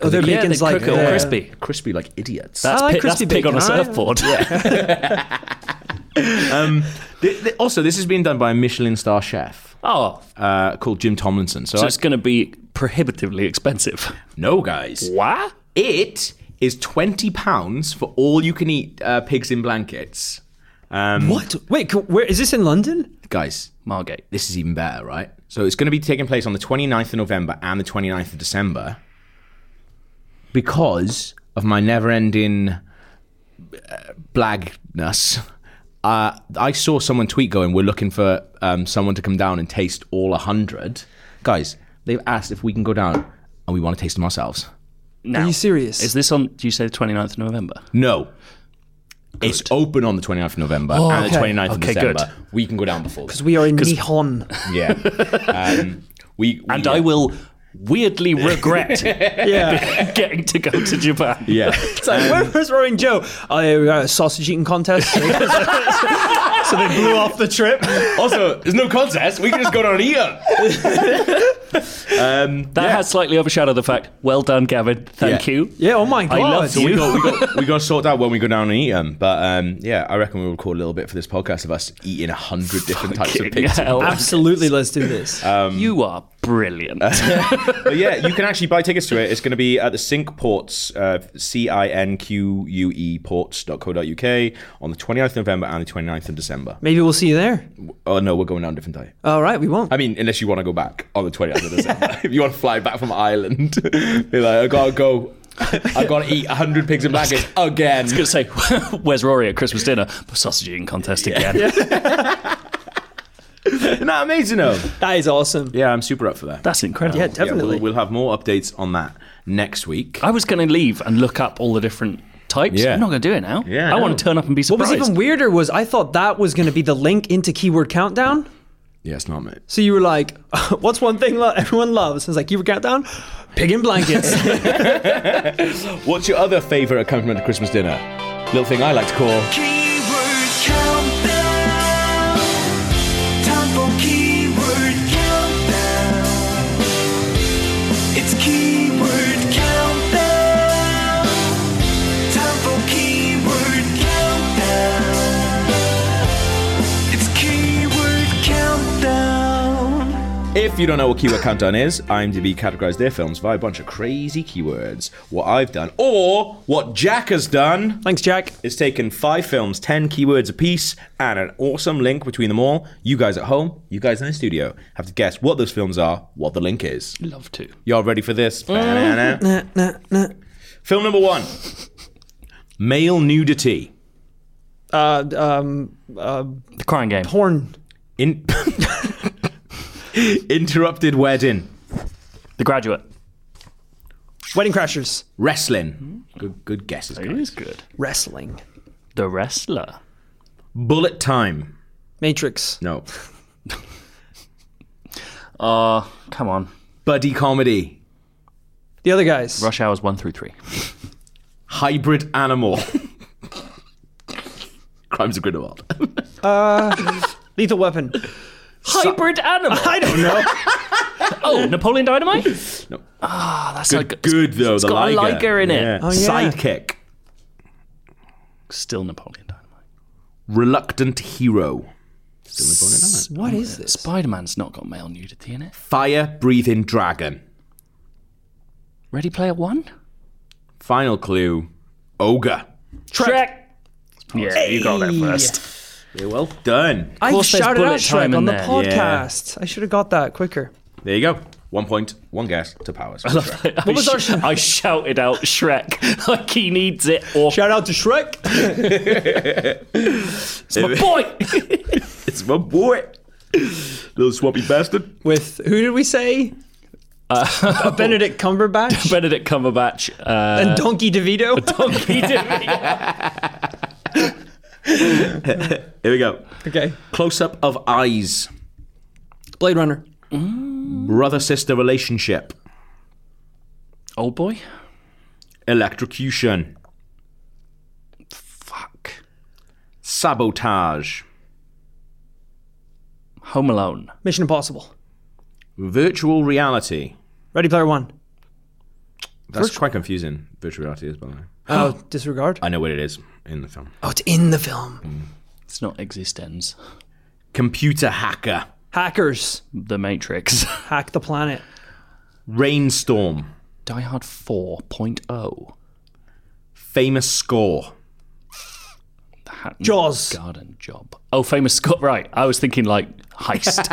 Speaker 4: Oh, their
Speaker 3: yeah,
Speaker 4: bacon's
Speaker 3: they
Speaker 4: like
Speaker 3: cook it all
Speaker 4: uh,
Speaker 3: crispy.
Speaker 2: Crispy like idiots.
Speaker 3: That's,
Speaker 4: I like
Speaker 3: pi- that's
Speaker 4: crispy
Speaker 3: pig on a
Speaker 4: bacon. I-
Speaker 3: surfboard. Yeah.
Speaker 2: Th- th- also, this is being done by a Michelin star chef
Speaker 3: oh,
Speaker 2: uh, called Jim Tomlinson. So,
Speaker 3: so
Speaker 2: I-
Speaker 3: it's going to be prohibitively expensive.
Speaker 2: no, guys.
Speaker 3: What?
Speaker 2: It is twenty pounds for all you can eat uh, pigs in blankets. Um,
Speaker 4: What? Wait, c- where is this in London?
Speaker 2: guys?
Speaker 3: Margate.
Speaker 2: This is even better, right? So it's going to be taking place on the 29th of November and the 29th of December because of my never-ending uh, blagness. Uh, I saw someone tweet going, "We're looking for um, someone to come down and taste all hundred guys." They've asked if we can go down, and we want to taste them ourselves.
Speaker 3: Now,
Speaker 4: Are you serious?
Speaker 3: Is this on, do you say the 29th of November?
Speaker 2: No. It's open on the 29th of November and the 29th of
Speaker 3: Oh, Okay,
Speaker 2: December.
Speaker 3: good.
Speaker 2: We can go down before.
Speaker 4: Because we are in Nihon.
Speaker 2: Yeah. Um, we, we-
Speaker 3: And I will weirdly regret
Speaker 4: yeah.
Speaker 3: getting to go to Japan.
Speaker 2: Yeah.
Speaker 4: It's like, where was Roaring Joe? Oh, yeah, we got a sausage eating contest. so they blew off the trip.
Speaker 2: also, there's no contest. We can just go down and eat it.
Speaker 3: That has slightly overshadowed the fact. Well done, Gavin. Thank
Speaker 2: Yeah.
Speaker 3: you.
Speaker 4: Yeah, oh my god.
Speaker 3: love
Speaker 2: So we got we got we got to sort out when we go down and eat them. But um, yeah, I reckon we'll record a little bit for this podcast of us eating a hundred different types of
Speaker 3: Fucking
Speaker 2: pigs.
Speaker 3: hell.
Speaker 4: Absolutely, let's do this.
Speaker 3: you are brilliant.
Speaker 2: But yeah, you can actually buy tickets to it. It's going to be at the Sync Ports, uh, C I N Q U E ports.co.uk on the 29th of November and the 29th of December.
Speaker 4: Maybe we'll see you there.
Speaker 2: Oh no, we're going down a different day.
Speaker 4: All right, we won't.
Speaker 2: I mean, unless you want to go back on the 29th of December. If you want to fly back from Ireland, be like, I gotta go. I gotta eat 100 pigs in blankets again.
Speaker 3: I was going to say, where's Rory at Christmas dinner? Sausage eating contest again.
Speaker 2: Isn't that amazing though?
Speaker 4: That is awesome.
Speaker 2: Yeah, I'm super up for that.
Speaker 3: That's incredible.
Speaker 4: Yeah, definitely.
Speaker 2: we'll, we'll have more updates on that next week.
Speaker 3: I was going to leave and look up all the different types.
Speaker 2: Yeah.
Speaker 3: I'm not going to do it now.
Speaker 2: Yeah,
Speaker 3: I
Speaker 2: I
Speaker 3: want
Speaker 2: know.
Speaker 3: to turn up and be
Speaker 4: what
Speaker 3: surprised.
Speaker 4: was even weirder was I thought that was going to be the link into Keyword Countdown.
Speaker 2: Yeah, it's not, mate.
Speaker 4: So you were like, what's one thing lo- everyone loves? And it's like, Keyword Countdown? Pig in blankets.
Speaker 2: What's your other favourite accompaniment to Christmas dinner? Little thing I like to call.
Speaker 6: Keyword countdown. Time for keyword countdown. It's keyword countdown. Time for keyword countdown. It's keyword countdown.
Speaker 2: If you don't know what keyword countdown is, IMDb categorized their films via a bunch of crazy keywords. What I've done, or what Jack has done,
Speaker 4: Thanks, Jack.
Speaker 2: is taken five films, ten keywords apiece, and an awesome link between them all. You guys at home, you guys in the studio, have to guess what those films are, what the link is.
Speaker 3: Love to.
Speaker 2: Y'all ready for this? Film number one Male nudity.
Speaker 4: Uh, um,
Speaker 3: The crying game.
Speaker 4: porn.
Speaker 2: In- Interrupted wedding.
Speaker 3: The graduate.
Speaker 4: Wedding Crashers.
Speaker 2: Wrestling. Good, good guesses,
Speaker 3: It
Speaker 2: guys.
Speaker 3: is good.
Speaker 4: Wrestling.
Speaker 3: The wrestler.
Speaker 2: Bullet time.
Speaker 4: Matrix.
Speaker 2: No.
Speaker 3: Uh, come on.
Speaker 2: Buddy comedy.
Speaker 4: The other guys.
Speaker 3: Rush hours one through three.
Speaker 2: Hybrid animal. Crimes of Grindelwald.
Speaker 4: Uh, Lethal Weapon.
Speaker 3: Hybrid animal.
Speaker 4: I don't know.
Speaker 3: Oh, Napoleon Dynamite. No. Ah, that's
Speaker 2: Good,
Speaker 3: like
Speaker 2: good though.
Speaker 3: It's
Speaker 2: the
Speaker 3: got a Liger in it.
Speaker 2: Yeah.
Speaker 4: yeah.
Speaker 2: Sidekick.
Speaker 3: Still Napoleon Dynamite.
Speaker 2: Reluctant hero. Still Napoleon Dynamite.
Speaker 4: what is this?
Speaker 3: Spider Man's not got male nudity in it.
Speaker 2: Fire breathing dragon.
Speaker 3: Ready Player One.
Speaker 2: Final clue. Ogre.
Speaker 3: Trek. Yeah, you got that first.
Speaker 2: Yeah, well done.
Speaker 4: I
Speaker 3: course there's
Speaker 4: shouted out
Speaker 3: bullet time
Speaker 4: Shrek
Speaker 3: in
Speaker 4: on the
Speaker 3: there.
Speaker 2: Yeah.
Speaker 4: podcast. I should have got that quicker.
Speaker 2: There you go. One point, one guess to powers.
Speaker 3: I, sh- I shouted out Shrek like he needs it. Or
Speaker 4: Shout out to Shrek.
Speaker 3: it's my boy.
Speaker 2: It's my boy. Little swampy bastard.
Speaker 4: With who did we say? Uh, Benedict Cumberbatch
Speaker 3: Benedict Cumberbatch. Uh,
Speaker 4: and Donkey DeVito.
Speaker 3: Donkey Dewey.
Speaker 2: Here we go.
Speaker 4: okay.
Speaker 2: Close up of eyes.
Speaker 4: Blade Runner.
Speaker 2: Brother sister relationship.
Speaker 3: Old boy.
Speaker 2: Electrocution.
Speaker 3: Fuck.
Speaker 2: Sabotage.
Speaker 3: Home Alone.
Speaker 4: Mission Impossible.
Speaker 2: Virtual reality.
Speaker 4: Ready Player One.
Speaker 2: That's quite confusing. Virtual reality is, by the way.
Speaker 4: Oh, disregard.
Speaker 2: I know what it is in the film.
Speaker 4: Oh, it's in the film.
Speaker 3: It's not existence.
Speaker 2: Computer hacker.
Speaker 4: Hackers
Speaker 3: The Matrix.
Speaker 4: hack the planet.
Speaker 2: Rainstorm.
Speaker 3: Die Hard oh. 4.0.
Speaker 2: Famous score.
Speaker 3: The Hatton
Speaker 4: Jaws.
Speaker 3: Garden Job. Oh, famous Scott. Right. I was thinking like heist.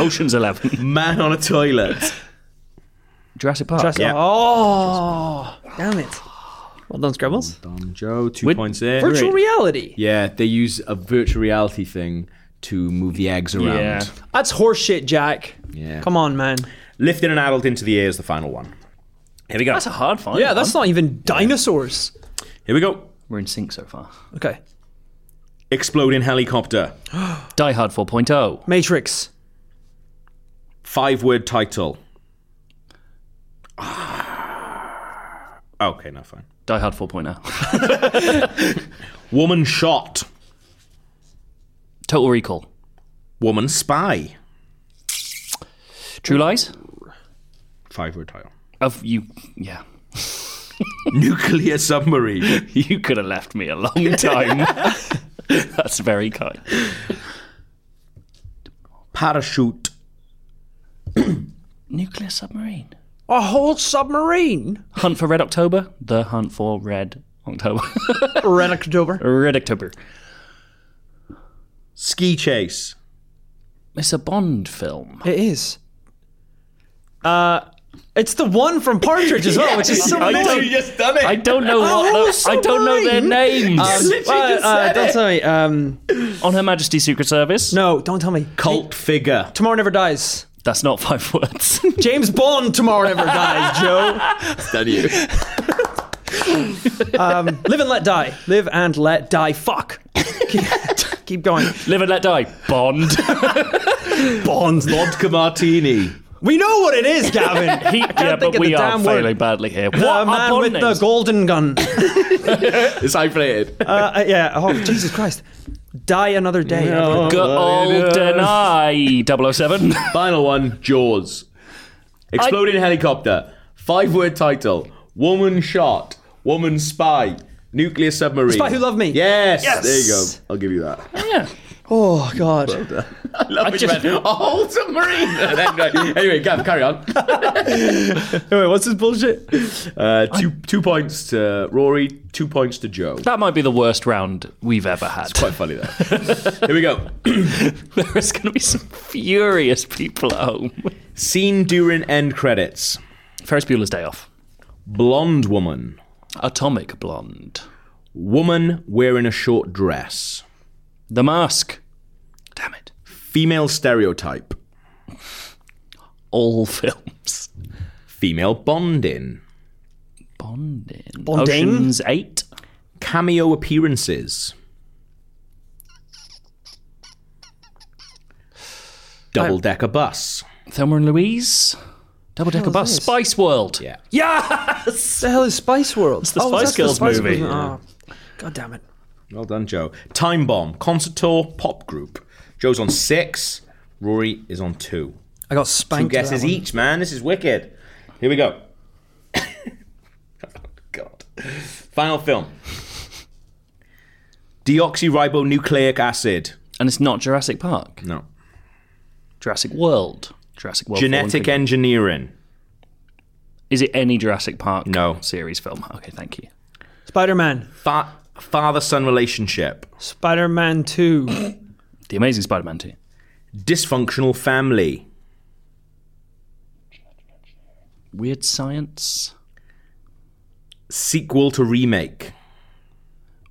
Speaker 3: Ocean's Eleven.
Speaker 2: Man on a toilet.
Speaker 3: Jurassic Park.
Speaker 4: That's-
Speaker 2: Yeah.
Speaker 4: Oh, damn it. Well done, Scribbles.
Speaker 2: Joe, two
Speaker 3: With
Speaker 2: points there.
Speaker 4: Virtual reality.
Speaker 2: Yeah, they use a virtual reality thing to move the eggs around.
Speaker 3: Yeah.
Speaker 4: That's horseshit, Jack.
Speaker 2: Yeah.
Speaker 4: Come on, man.
Speaker 2: Lifting an adult into the air is the final one. Here we go.
Speaker 3: That's a hard find.
Speaker 4: Yeah, that's not even dinosaurs.
Speaker 2: Here we go.
Speaker 3: We're in sync so far.
Speaker 4: Okay.
Speaker 2: Exploding helicopter.
Speaker 3: Die Hard oh. 4.0.
Speaker 4: Matrix.
Speaker 2: Five word title. Ah. okay, no, fine.
Speaker 3: Die Hard oh. 4.0.
Speaker 2: Woman shot.
Speaker 3: Total Recall.
Speaker 2: Woman spy.
Speaker 3: True Lies.
Speaker 2: Five word title.
Speaker 3: Of you. Yeah.
Speaker 2: Nuclear submarine.
Speaker 3: You could have left me a long time. that's very kind.
Speaker 2: Parachute.
Speaker 3: Nuclear Submarine.
Speaker 4: A whole submarine.
Speaker 3: Hunt for Red October. The Hunt for Red October.
Speaker 4: Red October.
Speaker 3: Red October.
Speaker 2: Ski chase.
Speaker 3: It's a Bond film.
Speaker 4: It is. Uh, it's the one from Partridge as well, which is so
Speaker 3: I
Speaker 4: amazing.
Speaker 3: don't-
Speaker 2: just done it.
Speaker 3: I don't know what
Speaker 4: Oh,
Speaker 3: the- I don't know their
Speaker 4: submarine.
Speaker 3: names.
Speaker 4: Uh, uh, don't tell me. Um,
Speaker 3: On Her Majesty's Secret Service.
Speaker 4: no, don't tell me.
Speaker 2: Cult figure.
Speaker 4: Tomorrow never dies.
Speaker 3: That's not five words.
Speaker 4: James Bond. Tomorrow never dies. Joe.
Speaker 2: Done you.
Speaker 4: Live and let die. Live and let die. Fuck. Keep- Keep going.
Speaker 3: Live and Let Die. Bond.
Speaker 2: Bonds. Vodka martini.
Speaker 4: We know what it is, Gavin.
Speaker 3: He, yeah,
Speaker 4: think
Speaker 3: but
Speaker 4: of
Speaker 3: we
Speaker 4: the
Speaker 3: are
Speaker 4: damn word.
Speaker 3: failing badly here. What
Speaker 4: The
Speaker 3: are
Speaker 4: man
Speaker 3: Bond
Speaker 4: with the
Speaker 3: names?
Speaker 4: golden gun.
Speaker 2: It's hyphenated.
Speaker 4: Uh, uh, yeah. Oh, Jesus Christ. Die another day.
Speaker 3: Good old Deny 007.
Speaker 2: Final one, Jaws. Exploding helicopter. Five word title. Woman shot. Woman spy. Nuclear submarine.
Speaker 4: Spy Who Loved Me.
Speaker 2: Yes.
Speaker 4: Yes.
Speaker 2: There you go. I'll give you that.
Speaker 4: Oh God.
Speaker 2: I love it.
Speaker 3: just-
Speaker 2: A whole submarine. And then, like, anyway, Gav, carry on. anyway, what's this bullshit? Uh, two, two points to Rory, two points to Joe.
Speaker 3: that might be the worst round we've ever had.
Speaker 2: Quite funny, though. Here we go.
Speaker 3: there is going to be some furious people at home.
Speaker 2: Scene during end credits.
Speaker 3: Ferris Bueller's Day Off.
Speaker 2: Blonde woman.
Speaker 3: Atomic Blonde.
Speaker 2: Woman wearing a short dress.
Speaker 3: The Mask. Damn it.
Speaker 2: Female stereotype.
Speaker 3: All films.
Speaker 2: Female bonding.
Speaker 3: Bonding.
Speaker 4: Bonding?
Speaker 3: Ocean's 8.
Speaker 2: Cameo appearances. Double decker bus.
Speaker 3: Thelma and Louise. Double Decker Bus.
Speaker 4: this?
Speaker 3: Spice World.
Speaker 2: Yeah.
Speaker 4: Yes. The hell is Spice World? It's
Speaker 3: the Spice Girls movie.
Speaker 4: Oh, God damn it.
Speaker 2: Well done, Joe. Time Bomb, concert tour, pop group. Joe's on six. Rory is on two.
Speaker 4: I got
Speaker 2: Two
Speaker 4: spanked. for that
Speaker 2: guesses
Speaker 4: one.
Speaker 2: each, man. This is wicked. Here we go. oh, God. Final film Deoxyribonucleic acid.
Speaker 3: And it's not Jurassic Park.
Speaker 2: No.
Speaker 3: Jurassic World. Jurassic World.
Speaker 2: Genetic
Speaker 3: Fallen Kingdom.
Speaker 2: engineering.
Speaker 3: Is it any Jurassic Park?
Speaker 2: No.
Speaker 3: Series film. Okay, thank you.
Speaker 4: Spider Man.
Speaker 2: Fa- Father son relationship.
Speaker 4: Spider Man 2.
Speaker 3: The Amazing Spider-Man 2.
Speaker 2: Dysfunctional family.
Speaker 3: Weird Science.
Speaker 2: Sequel to remake.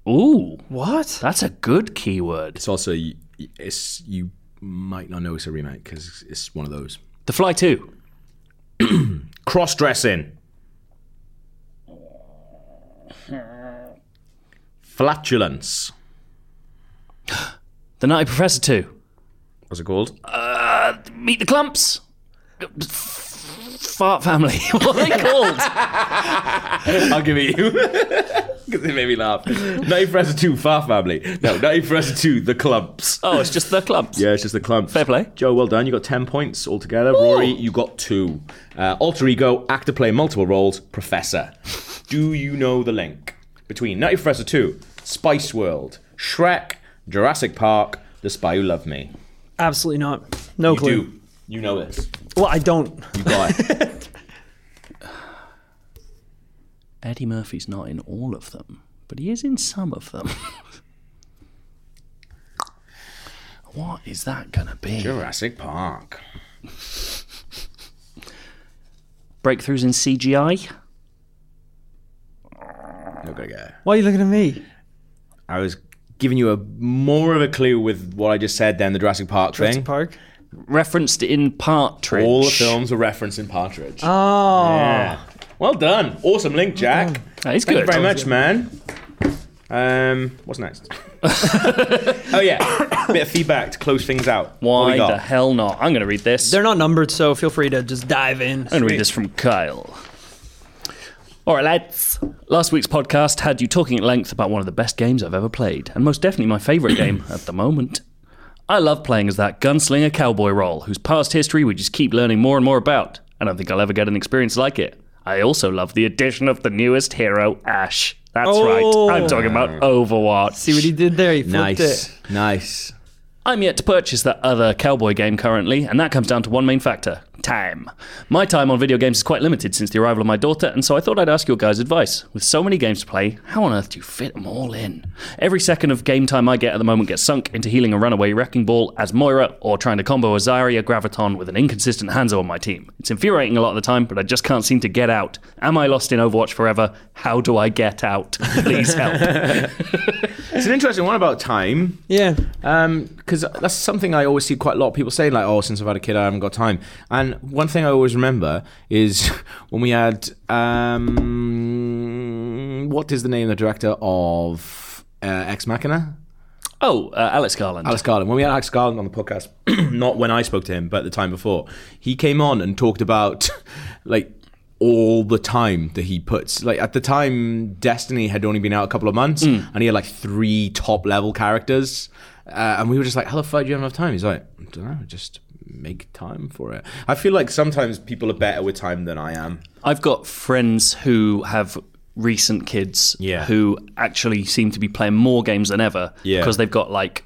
Speaker 3: Ooh,
Speaker 4: what?
Speaker 3: that's a good keyword.
Speaker 2: It's also, it's, you might not know it's a remake because it's one of those.
Speaker 3: The Fly 2.
Speaker 2: Cross dressing. Flatulence.
Speaker 3: The Nutty Professor 2.
Speaker 2: What's it called?
Speaker 3: Meet the Clumps. Fart Family. what are they called?
Speaker 2: I'll give it you. Because it made me laugh. Nutty Professor 2, Far Family. No, Nutty Professor 2, The Clumps.
Speaker 3: oh, it's just the Clumps.
Speaker 2: Yeah, it's just The Clumps.
Speaker 3: Fair play.
Speaker 2: Joe, well done. You got 10 points altogether. Rory, you got two. Uh, alter ego, actor play multiple roles, professor. Do you know the link between Nutty Professor 2, Spice World, Shrek, Jurassic Park, The Spy Who Loved Me?
Speaker 4: Absolutely not. No
Speaker 2: You
Speaker 4: clue.
Speaker 2: do. You know this.
Speaker 4: Well, I don't.
Speaker 2: You got it.
Speaker 3: Eddie Murphy's not in all of them, but he is in some of them. what is that going to be?
Speaker 2: Jurassic Park.
Speaker 3: Breakthroughs in CGI?
Speaker 2: Not gonna get it.
Speaker 4: Why are you looking at me?
Speaker 2: I was giving you a more of a clue with what I just said than the Jurassic Park thing.
Speaker 4: Jurassic Park.
Speaker 3: Referenced in Partridge.
Speaker 2: All the films are referencing Partridge.
Speaker 4: Ah.
Speaker 2: Oh. Well done. Awesome link, Jack.
Speaker 3: That is
Speaker 2: Thank you
Speaker 3: good.
Speaker 2: very much, man. Um, what's next? oh yeah, bit of feedback to close things out. What we
Speaker 3: Why
Speaker 2: got?
Speaker 3: the hell not? I'm going to read this.
Speaker 4: They're not numbered, so feel free to just dive in.
Speaker 3: I'm going to read this from Kyle. All right, lads. Last week's podcast had you talking at length about one of the best games I've ever played, and most definitely my favourite game at the moment. I love playing as that gunslinger cowboy role, whose past history we just keep learning more and more about. I don't think I'll ever get an experience like it. I also love the addition of the newest hero, Ash. That's
Speaker 4: Oh.
Speaker 3: right. I'm talking about Overwatch.
Speaker 4: See what he did there? He flipped
Speaker 2: nice,
Speaker 4: it.
Speaker 2: nice.
Speaker 3: I'm yet to purchase that other cowboy game currently, and that comes down to one main factor time. My time on video games is quite limited since the arrival of my daughter, and so I thought I'd ask your guys' advice. With so many games to play, how on earth do you fit them all in? Every second of game time I get at the moment gets sunk into healing a runaway Wrecking Ball as Moira or trying to combo a Zarya Graviton with an inconsistent Hanzo on my team. It's infuriating a lot of the time, but I just can't seem to get out. Am I lost in Overwatch forever? How do I get out? Please help.
Speaker 2: It's an interesting one about time.
Speaker 4: Yeah.
Speaker 2: because Um, that's something I always see quite a lot of people saying, like, "Oh, since I've had a kid, I haven't got time." And one thing I always remember is when we had um, what is the name of the director of uh, Ex Machina?
Speaker 3: oh, uh, Alex Garland.
Speaker 2: Alex Garland. When we had Alex Garland on the podcast, not when I spoke to him, but the time before, he came on and talked about like all the time that he puts. Like at the time, Destiny had only been out a couple of months, and he had like three top level characters. Uh, and we were just like, "How the fuck do you have enough time?" He's like, "I don't know, just make time for it." I feel like sometimes people are better with time than I am.
Speaker 3: I've got friends who have recent kids
Speaker 2: Yeah.
Speaker 3: who actually seem to be playing more games than ever
Speaker 2: Yeah.
Speaker 3: because they've got like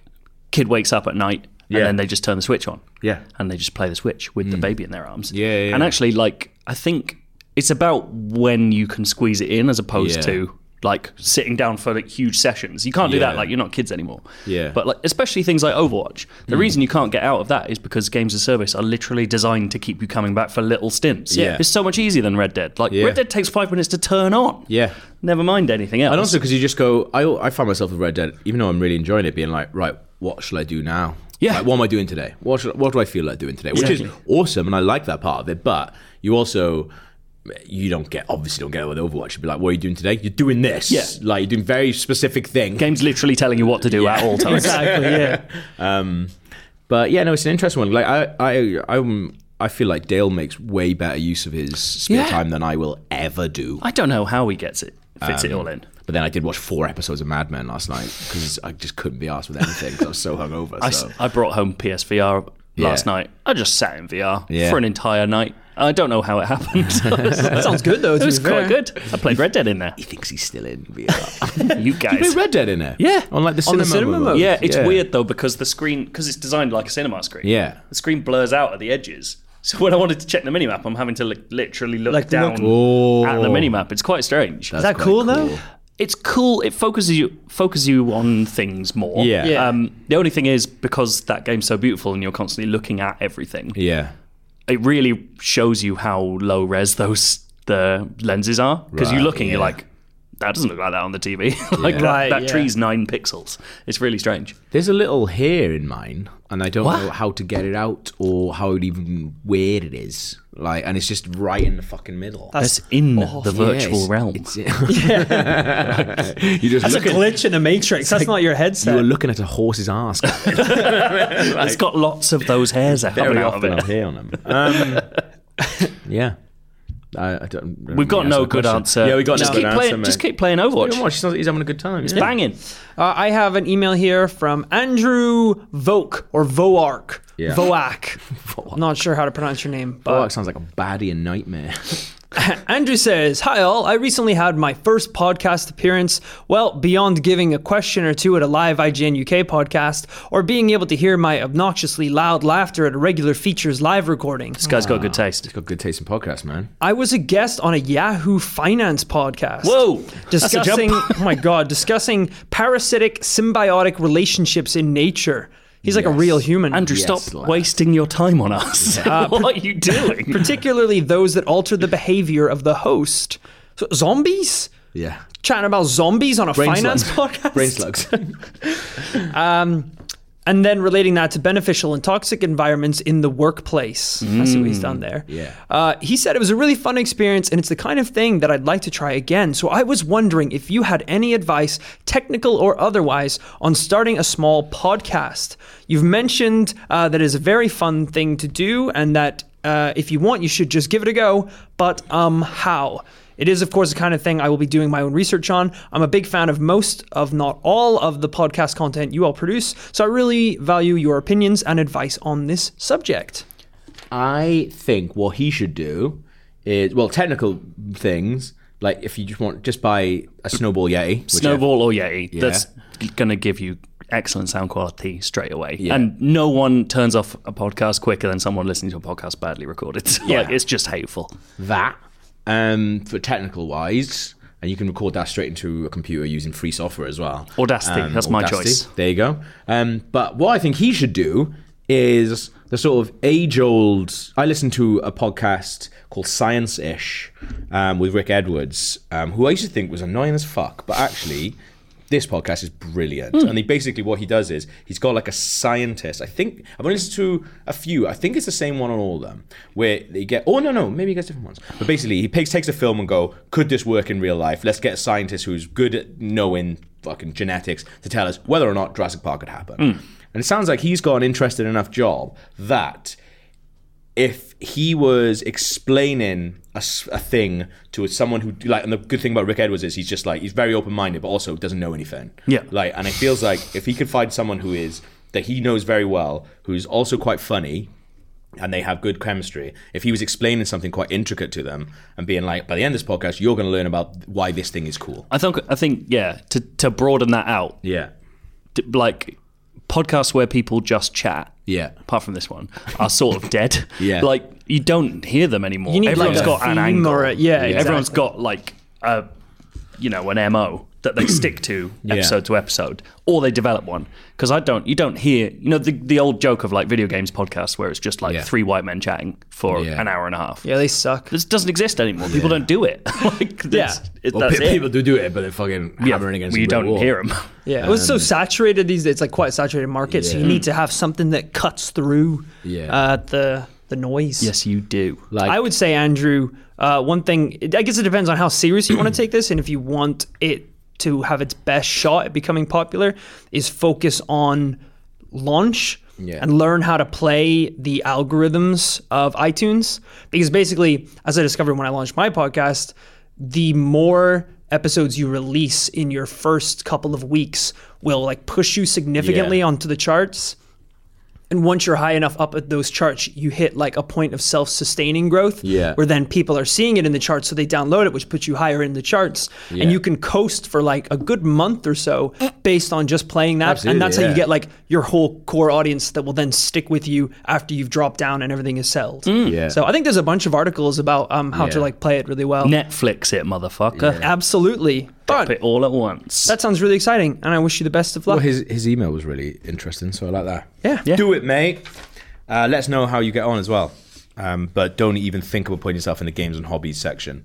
Speaker 3: kid wakes up at night and
Speaker 2: Yeah.
Speaker 3: then they just turn the switch on
Speaker 2: Yeah. Hmm.
Speaker 3: and they just play the switch with the baby in their arms
Speaker 2: Yeah, yeah,
Speaker 3: and
Speaker 2: yeah.
Speaker 3: actually like I think it's about when you can squeeze it in as opposed
Speaker 2: Yeah.
Speaker 3: to like sitting down for like huge sessions you can't do that
Speaker 2: Yeah.
Speaker 3: like you're not kids anymore
Speaker 2: Yeah. Hmm.
Speaker 3: but like especially things like Overwatch the reason you can't get out of that is because games of service are literally designed to keep you coming back for little stints
Speaker 2: Yeah.
Speaker 3: it's so much easier than Red Dead like
Speaker 2: Yeah.
Speaker 3: Red Dead takes five minutes to turn on
Speaker 2: Yeah.
Speaker 3: never mind anything else
Speaker 2: And also because you just go, I, I find myself with Red Dead, even though I'm really enjoying it, being like, right, what shall I do now?
Speaker 3: Yeah.
Speaker 2: Like, what am I doing today? What should, what do I feel like doing today? Which is awesome, and I like that part of it. But you also you don't get obviously don't get it with Overwatch. You'd be like, what are you doing today? You're doing this.
Speaker 3: Yeah.
Speaker 2: Like you're doing very specific thing.
Speaker 3: games literally telling you what to do at all times
Speaker 4: Exactly. Yeah.
Speaker 2: But yeah, no, it's an interesting one. Like I I I'm, I feel like Dale makes way better use of his spare
Speaker 3: Yeah.
Speaker 2: time than I will ever do.
Speaker 3: I don't know how he gets it fits it all in
Speaker 2: But then I did watch four episodes of Mad Men last night because I just couldn't be arsed with anything because I was so hungover.
Speaker 3: I, s-
Speaker 2: so.
Speaker 3: I brought home PSVR last
Speaker 2: Yeah.
Speaker 3: night. I just sat in VR
Speaker 2: Yeah.
Speaker 3: for an entire night. I don't know how it happened.
Speaker 4: That sounds good though.
Speaker 3: it
Speaker 4: to
Speaker 3: was
Speaker 4: be
Speaker 3: quite
Speaker 4: fair.
Speaker 3: good. I played Red Dead in there.
Speaker 2: He thinks he's still in VR.
Speaker 3: You
Speaker 2: Play
Speaker 3: guys.
Speaker 2: Red Dead in there.
Speaker 3: Yeah.
Speaker 2: On like the
Speaker 4: On
Speaker 2: cinema,
Speaker 4: the cinema
Speaker 2: mode.
Speaker 4: mode.
Speaker 3: yeah, it's weird though because the screen because it's designed like a cinema screen.
Speaker 2: Yeah.
Speaker 3: the screen blurs out at the edges. So when I wanted to check the minimap, I'm having to li- literally look
Speaker 4: Like,
Speaker 3: down
Speaker 2: look-
Speaker 3: at the
Speaker 2: Oh.
Speaker 3: minimap. It's quite strange.
Speaker 4: Is that
Speaker 2: quite
Speaker 4: cool, though?
Speaker 3: it's cool. It focuses you focuses you on things more.
Speaker 2: Yeah. Yeah.
Speaker 3: Um, the only thing is because that game's so beautiful and you're constantly looking at everything,
Speaker 2: Yeah.
Speaker 3: it really shows you how low res those the lenses are because
Speaker 2: Right,
Speaker 3: you're looking, you're
Speaker 2: yeah.
Speaker 3: like. That doesn't look like that on the TV. like that,
Speaker 4: Right,
Speaker 3: that
Speaker 4: yeah.
Speaker 3: tree's nine pixels. It's really strange.
Speaker 2: There's a little hair in mine, and I don't know how to get it out or how it even where it is. Like, and it's just right in the fucking middle.
Speaker 3: That's in the
Speaker 2: Yeah,
Speaker 3: virtual
Speaker 2: it's-
Speaker 3: realm.
Speaker 2: Oh, it's- you just
Speaker 4: That's a
Speaker 2: look at-
Speaker 4: glitch in the matrix. That's not your headset.
Speaker 2: you were looking at a horse's ass.
Speaker 3: it's got lots of those hairs out, coming out of it.
Speaker 2: here on them. Um, yeah. I, I don't,
Speaker 3: We've got no good answer.
Speaker 2: Yeah, we got
Speaker 3: just
Speaker 2: no good
Speaker 3: keep
Speaker 2: answer.
Speaker 3: playing, Just keep playing Overwatch.
Speaker 2: Watch, he's, he's having a good time.
Speaker 3: It's banging.
Speaker 4: Uh, I have an email here from Andrew Voak or Voark.
Speaker 2: Yeah.
Speaker 4: Voak. I'm not sure how to pronounce your name, but
Speaker 2: Oh, that sounds like a baddie and nightmare.
Speaker 4: Andrew says, Hi all, I recently had my first podcast appearance. Well, beyond giving a question or two at a live IGN UK podcast, or being able to hear my obnoxiously loud laughter at a regular features live recording.
Speaker 3: This guy's got good taste.
Speaker 2: He's got good taste in podcasts, man.
Speaker 4: I was a guest on a Yahoo Finance podcast.
Speaker 3: Whoa, that's a
Speaker 4: Discussing,
Speaker 3: jump.
Speaker 4: oh my God, discussing parasitic symbiotic relationships in nature. He's like a
Speaker 2: Yes.
Speaker 4: real human.
Speaker 3: Andrew,
Speaker 2: Yes,
Speaker 3: stop
Speaker 2: lad.
Speaker 3: wasting your time on us. what are you doing?
Speaker 4: particularly those that alter the behavior of the host. So, zombies?
Speaker 2: Yeah.
Speaker 4: Chatting about zombies on a finance
Speaker 2: slugs.
Speaker 4: podcast?
Speaker 2: Brain slugs.
Speaker 4: And then relating that to beneficial and toxic environments in the workplace. I see
Speaker 3: Mm.
Speaker 4: what he's done there.
Speaker 2: yeah.
Speaker 4: Uh, he said it was a really fun experience and it's the kind of thing that I'd like to try again. So I was wondering if you had any advice, technical or otherwise, on starting a small podcast. You've mentioned uh, that is a very fun thing to do and that uh, if you want, you should just give it a go. But um, how? It is, of course, the kind of thing I will be doing my own research on. I'm a big fan of most, of not all, of the podcast content you all produce, so I really value your opinions and advice on this subject.
Speaker 2: I think what he should do is well, technical things like if you just want just buy a snowball yeti, which
Speaker 3: Snowball or Yeti?
Speaker 2: Yeah.
Speaker 3: That's going to give you excellent sound quality straight away. And no one turns off a podcast quicker than someone listening to a podcast badly recorded. like,
Speaker 2: Yeah.
Speaker 3: it's just hateful.
Speaker 2: I- that um, for technical wise, and you can record that straight into a computer using free software as well. Um,
Speaker 3: Audacity, that's my choice.
Speaker 2: There you go. Um, but what I think he should do is the sort of age old. I listened to a podcast called Science Ish um, with Rick Edwards, um, who I used to think was annoying as fuck, but actually. This podcast is brilliant, and he basically what he does is he's got like a scientist. I think I've only listened to a few. I think it's the same one on all of them, where they get. Oh no, no, maybe he gets different ones. But basically, he takes takes a film and go, could this work in real life? Let's get a scientist who's good at knowing fucking genetics to tell us whether or not Jurassic Park could happen. And it sounds like he's got an interested enough job that if he was explaining a, s- a thing to someone who like, and the good thing about Rick Edwards is he's just like he's very open minded, but also doesn't know anything.
Speaker 3: Yeah.
Speaker 2: like, and it feels like if he could find someone who is that he knows very well, who's also quite funny, and they have good chemistry, if he was explaining something quite intricate to them and being like, by the end of this podcast, you're going to learn about why this thing is cool.
Speaker 3: I think, I think yeah, to, to broaden that out,
Speaker 2: Yeah.
Speaker 3: d- like podcasts where people just chat.
Speaker 2: Yeah.
Speaker 3: Apart from this one, are sort of dead.
Speaker 2: Yeah.
Speaker 3: Like you don't hear them anymore.
Speaker 4: You need,
Speaker 3: Everyone's
Speaker 4: like, a
Speaker 3: got an
Speaker 4: theme
Speaker 3: angle.
Speaker 4: or a- yeah, Yeah.
Speaker 3: Everyone's
Speaker 4: exactly.
Speaker 3: got like a you know an mo that they stick to episode to episode, or they develop one. Because I don't, you don't hear you know the the old joke of like video games podcasts where it's just like
Speaker 2: Yeah.
Speaker 3: three white men chatting for
Speaker 2: Yeah.
Speaker 3: an hour and a half.
Speaker 4: Yeah, they suck.
Speaker 3: This doesn't exist anymore. People don't do it. like, that's, it,
Speaker 2: Well,
Speaker 3: that's
Speaker 2: pe-
Speaker 3: it.
Speaker 2: people do do it, but they're fucking
Speaker 3: yeah,
Speaker 2: hammering against.
Speaker 3: you
Speaker 2: the brick
Speaker 3: don't
Speaker 2: wall.
Speaker 3: hear them.
Speaker 4: Yeah, it was so saturated these days. It's like quite a saturated market, so you
Speaker 2: Yeah.
Speaker 4: need to have something that cuts through
Speaker 2: Yeah.
Speaker 4: uh, the the noise.
Speaker 3: yes, you do.
Speaker 2: Like,
Speaker 4: I would say, Andrew, uh, one thing, I guess it depends on how serious you want to take this and if you want it to have its best shot at becoming popular, is focus on launch
Speaker 2: Yeah.
Speaker 4: and learn how to play the algorithms of iTunes. Because basically, as I discovered when I launched my podcast, the more episodes you release in your first couple of weeks will like push you significantly
Speaker 2: Yeah.
Speaker 4: onto the charts. And once you're high enough up at those charts, you hit like a point of self sustaining growth
Speaker 2: Yeah.
Speaker 4: where then people are seeing it in the charts. So they download it, which puts you higher in the charts.
Speaker 2: Yeah.
Speaker 4: And you can coast for like a good month or so based on just playing that.
Speaker 2: Absolutely,
Speaker 4: and that's how
Speaker 2: yeah.
Speaker 4: you get like your whole core audience that will then stick with you after you've dropped down and everything is sold.
Speaker 3: Hmm.
Speaker 2: Yeah.
Speaker 4: So I think there's a bunch of articles about um, how to
Speaker 2: Yeah.
Speaker 4: like play it really well.
Speaker 3: Netflix it, motherfucker.
Speaker 4: Absolutely.
Speaker 3: Drop
Speaker 4: But
Speaker 3: it all at once.
Speaker 4: that sounds really exciting. And I wish you the best of luck.
Speaker 2: Well, his his email was really interesting, so I like that.
Speaker 4: Yeah. Yeah.
Speaker 2: do it, mate. Uh, let us know how you get on as well. Um, but don't even think about putting yourself in the games and hobbies section.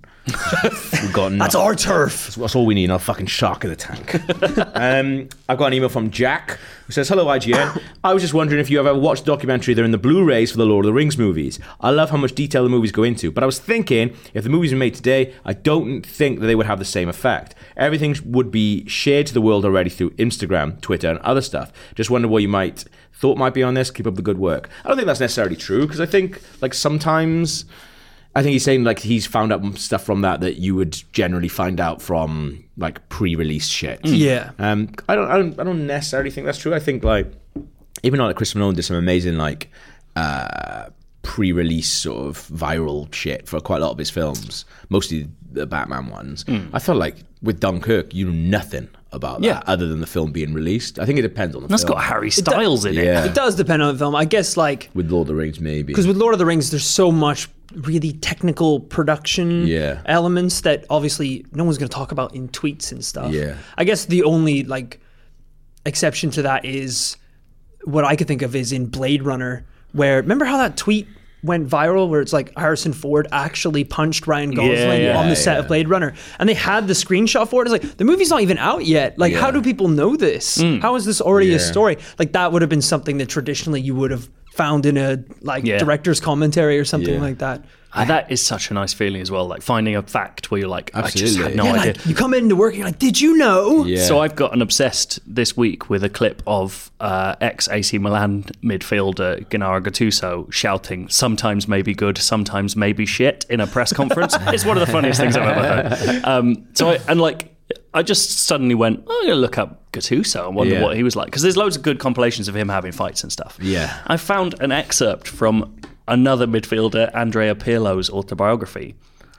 Speaker 2: We've got
Speaker 4: that's our turf.
Speaker 2: That's all we need. A fucking shark in the tank. um, I've got an email from Jack who says, "Hello IGN. I was just wondering if you have ever watched the documentary. They're in the Blu-rays for the Lord of the Rings movies. I love how much detail the movies go into. But I was thinking, if the movies were made today, I don't think that they would have the same effect. Everything would be shared to the world already through Instagram, Twitter, and other stuff. Just wonder what you might thought might be on this. Keep up the good work. I don't think that's necessarily true because I think like sometimes." I think he's saying like he's found out stuff from that that you would generally find out from like pre-release shit.
Speaker 4: Mm. Yeah.
Speaker 2: Um, I don't, I don't, I don't necessarily think that's true. I think like even though like Christopher Nolan did some amazing like uh, pre-release sort of viral shit for quite a lot of his films, mostly the Batman ones. I felt like with Dunkirk, you knew nothing about that
Speaker 3: Hmm. Yeah.
Speaker 2: other than the film being released. I think it depends on the
Speaker 3: That's
Speaker 2: film.
Speaker 3: got Harry Styles in it.
Speaker 2: yeah.
Speaker 4: It does depend on the film. I guess like
Speaker 2: with Lord of the Rings, maybe.
Speaker 4: because with Lord of the Rings, there's so much really technical production
Speaker 2: Yeah.
Speaker 4: elements that obviously no one's going to talk about in tweets and stuff.
Speaker 2: Yeah.
Speaker 4: I guess the only like exception to that is what I could think of is in Blade Runner, where remember how that tweet went viral where it's like Harrison Ford actually punched Ryan Gosling
Speaker 3: Yeah,
Speaker 4: on the set
Speaker 2: yeah.
Speaker 4: of Blade Runner, and they had the screenshot for it. It's like the movie's not even out yet. Like, how
Speaker 2: Yeah. Hmm.
Speaker 4: do people know this? How is this already a
Speaker 2: Yeah.
Speaker 4: story? Like that would have been something that traditionally you would have found in a like
Speaker 3: Yeah.
Speaker 4: director's commentary or something
Speaker 2: Yeah.
Speaker 4: like that.
Speaker 3: And that is such a nice feeling as well, like finding a fact where you're like, I just had
Speaker 2: Absolutely.
Speaker 3: no
Speaker 4: Yeah,
Speaker 3: idea.
Speaker 4: like you come into work, you're like, did you know?
Speaker 2: yeah.
Speaker 3: So I've gotten obsessed this week with a clip of uh, ex AC Milan midfielder Gennaro Gattuso shouting, "Sometimes maybe good, sometimes maybe shit" in a press conference. it's one of the funniest things I've ever heard. Um, so I, and like. I just suddenly went, I'm going to look up Gattuso and wonder
Speaker 2: Yeah.
Speaker 3: what he was like. Because there's loads of good compilations of him having fights and stuff.
Speaker 2: Yeah.
Speaker 3: I found an excerpt from another midfielder, Andrea Pirlo's autobiography,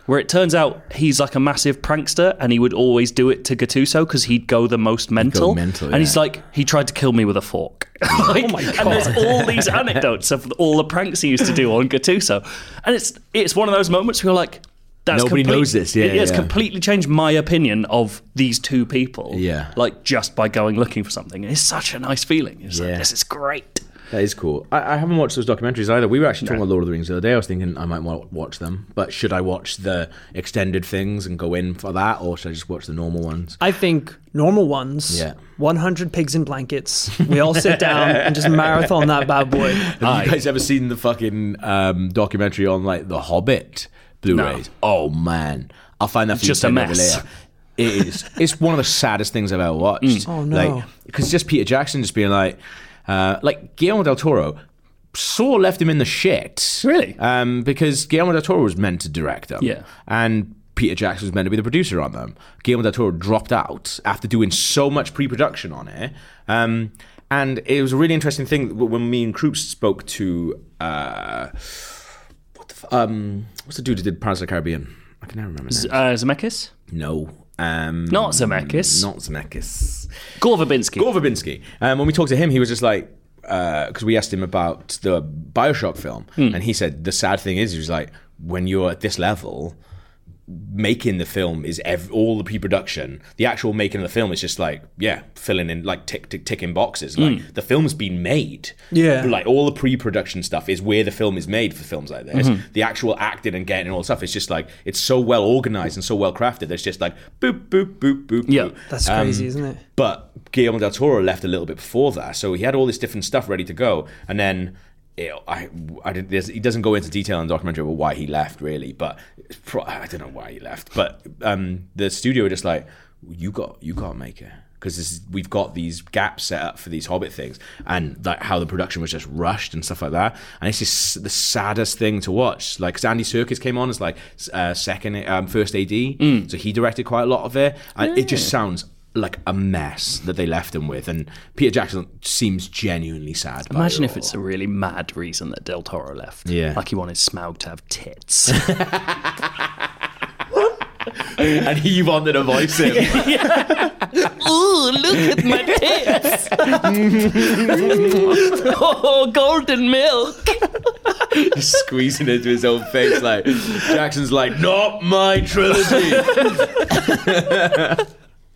Speaker 3: where it turns out he's like a massive prankster and he would always do it to Gattuso because he'd go the most mental.
Speaker 2: mental,
Speaker 3: and he's
Speaker 2: yeah. Oh
Speaker 3: like, he tried to kill me with a fork. Like, And there's all these anecdotes of all the pranks he used to do on Gattuso. And it's it's one of those moments where you're like, that's
Speaker 2: Nobody
Speaker 3: complete-
Speaker 2: knows this, yeah,
Speaker 3: it's
Speaker 2: yeah.
Speaker 3: completely changed my opinion of these two people.
Speaker 2: Yeah.
Speaker 3: Like just by going looking for something. And it's such a nice feeling. It's like,
Speaker 2: Yeah.
Speaker 3: this is great.
Speaker 2: That is cool. I, I haven't watched those documentaries either. We were actually talking about Lord of the Rings the other day. I was thinking I might want to watch them, but should I watch the extended things and go in for that, or should I just watch the normal ones?
Speaker 4: I think normal ones,
Speaker 2: Yeah.
Speaker 4: 100 pigs in blankets. We all sit down and just marathon that bad boy.
Speaker 2: Have you guys ever seen the fucking um, documentary on like The Hobbit Blu-rays? Oh man, I'll find that for
Speaker 3: Just
Speaker 2: you
Speaker 3: a
Speaker 2: to send over
Speaker 3: mess.
Speaker 2: later. It is. it's one of the saddest things I've ever watched.
Speaker 3: Mm.
Speaker 2: Oh
Speaker 4: no.
Speaker 2: because just Peter Jackson just being like, uh, like Guillermo del Toro. Saw left him in the shit.
Speaker 3: Really?
Speaker 2: Um, because Guillermo del Toro was meant to direct them.
Speaker 3: Yeah.
Speaker 2: And Peter Jackson was meant to be the producer on them. Guillermo del Toro dropped out after doing so much pre production on it. Um, and it was a really interesting thing w- when me and Krups spoke to. Uh, what the f- um, what's the dude who did Pirates of the Caribbean? I can never remember. his name.
Speaker 3: Uh, Zemeckis?
Speaker 2: no. Um,
Speaker 3: Not Zemeckis.
Speaker 2: Not Zemeckis.
Speaker 3: Gore Verbinski.
Speaker 2: Gore Verbinski. Um, when we talked to him, he was just like, because we asked him about the Bioshock film, and he said the sad thing is, he was like, when you're at this level, making the film is ev- all the pre-production. The actual making of the film is just like, yeah, filling in like tick tick ticking boxes. Like the film's been made.
Speaker 4: Yeah.
Speaker 2: Like all the pre-production stuff is where the film is made for films like this. The actual acting and getting and all the stuff is just like it's so well organized and so well crafted. It's just like boop boop boop boop.
Speaker 3: Yeah.
Speaker 2: boop. Um,
Speaker 4: That's crazy, isn't it?
Speaker 2: But Guillermo del Toro left a little bit before that, so he had all this different stuff ready to go, and then you know, I, I did, there's, he doesn't go into detail in the documentary about why he left, really. But it's pro- I don't know why he left, but um, the studio were just like, you got you got to make it. because we've got these gaps set up for these Hobbit things, and like how the production was just rushed and stuff like that. And it's just the saddest thing to watch. Like 'cause Andy Serkis came on as like s- uh, second, um, first AD, so he directed quite a lot of it, and it just sounds. Like a mess that they left him with, and Peter Jackson seems genuinely sad. by
Speaker 3: Imagine
Speaker 2: it
Speaker 3: if it's
Speaker 2: all.
Speaker 3: a really mad reason that Del Toro left.
Speaker 2: Yeah.
Speaker 3: Like he wanted Smaug to have tits.
Speaker 2: and he wanted to voice him.
Speaker 3: Ooh, look at my tits. oh, golden milk.
Speaker 2: squeezing into his own face. Like Jackson's like, not my trilogy.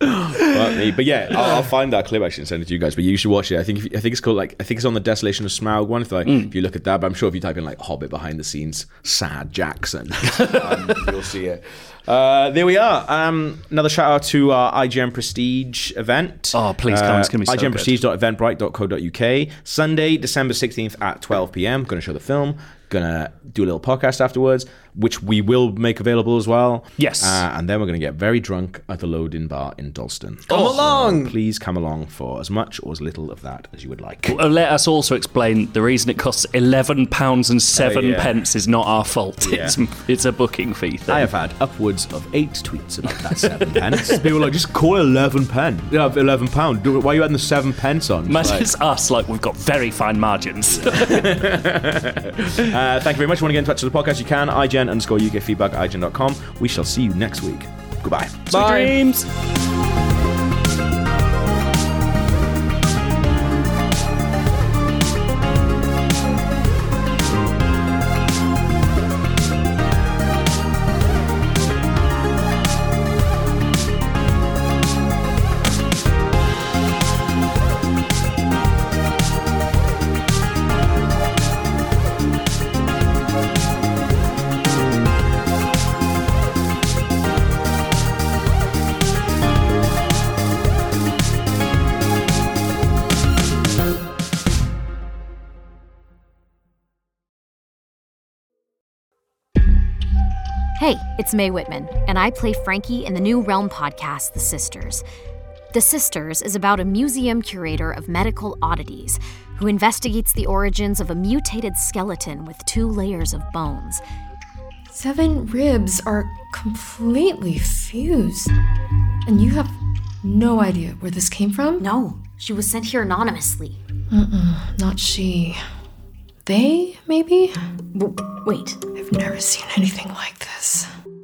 Speaker 2: Fuck me. But yeah, I'll, I'll find that clip actually and send it to you guys. But you should watch it. I think if, I think it's called like I think it's on the Desolation of Smaug one. If, like, if you look at that, but I'm sure if you type in like Hobbit behind the scenes, sad Jackson, um, you'll see it. Uh, there we are. Um, another shout out to our IGN Prestige event. Uh,
Speaker 3: Oh, please come. It's gonna be so
Speaker 2: IGN
Speaker 3: good.
Speaker 2: Prestige prestige.eventbrite.co.uk. Sunday, December 16th at 12 p.m. Going to show the film. Going to do a little podcast afterwards, which we will make available as well.
Speaker 3: Yes.
Speaker 2: Uh, and then we're going to get very drunk at the Loading Bar in Dalston.
Speaker 4: Come along.
Speaker 2: Please come along for as much or as little of that as you would like.
Speaker 3: Uh, Let us also explain the reason it costs eleven pounds and seven
Speaker 2: Oh, yeah.
Speaker 3: pence is not our fault.
Speaker 2: Yeah.
Speaker 3: It's it's a booking fee thing.
Speaker 2: I have had upwards of eight tweets about that seven pence. People were like, just call it 11 pen. Yeah, 11 pound. Do- Why are you adding the seven pence on? It's
Speaker 3: Imagine
Speaker 2: like-
Speaker 3: it's us, like we've got very fine margins.
Speaker 2: Uh, thank you very much. If you want to get in touch with the podcast, you can. IGN underscore UK feedback, IGN.com. We shall see you next week. Goodbye.
Speaker 3: Bye. Dreams.
Speaker 7: Hey, it's Mae Whitman, and I play Frankie in the New Realm podcast, The Sisters. The Sisters is about a museum curator of medical oddities who investigates the origins of a mutated skeleton with two layers of bones.
Speaker 8: Seven ribs are completely fused. And you have no idea where this came from?
Speaker 7: No, she was sent here anonymously.
Speaker 8: Not she. They, maybe?
Speaker 7: W- wait.
Speaker 8: I've never seen anything like this.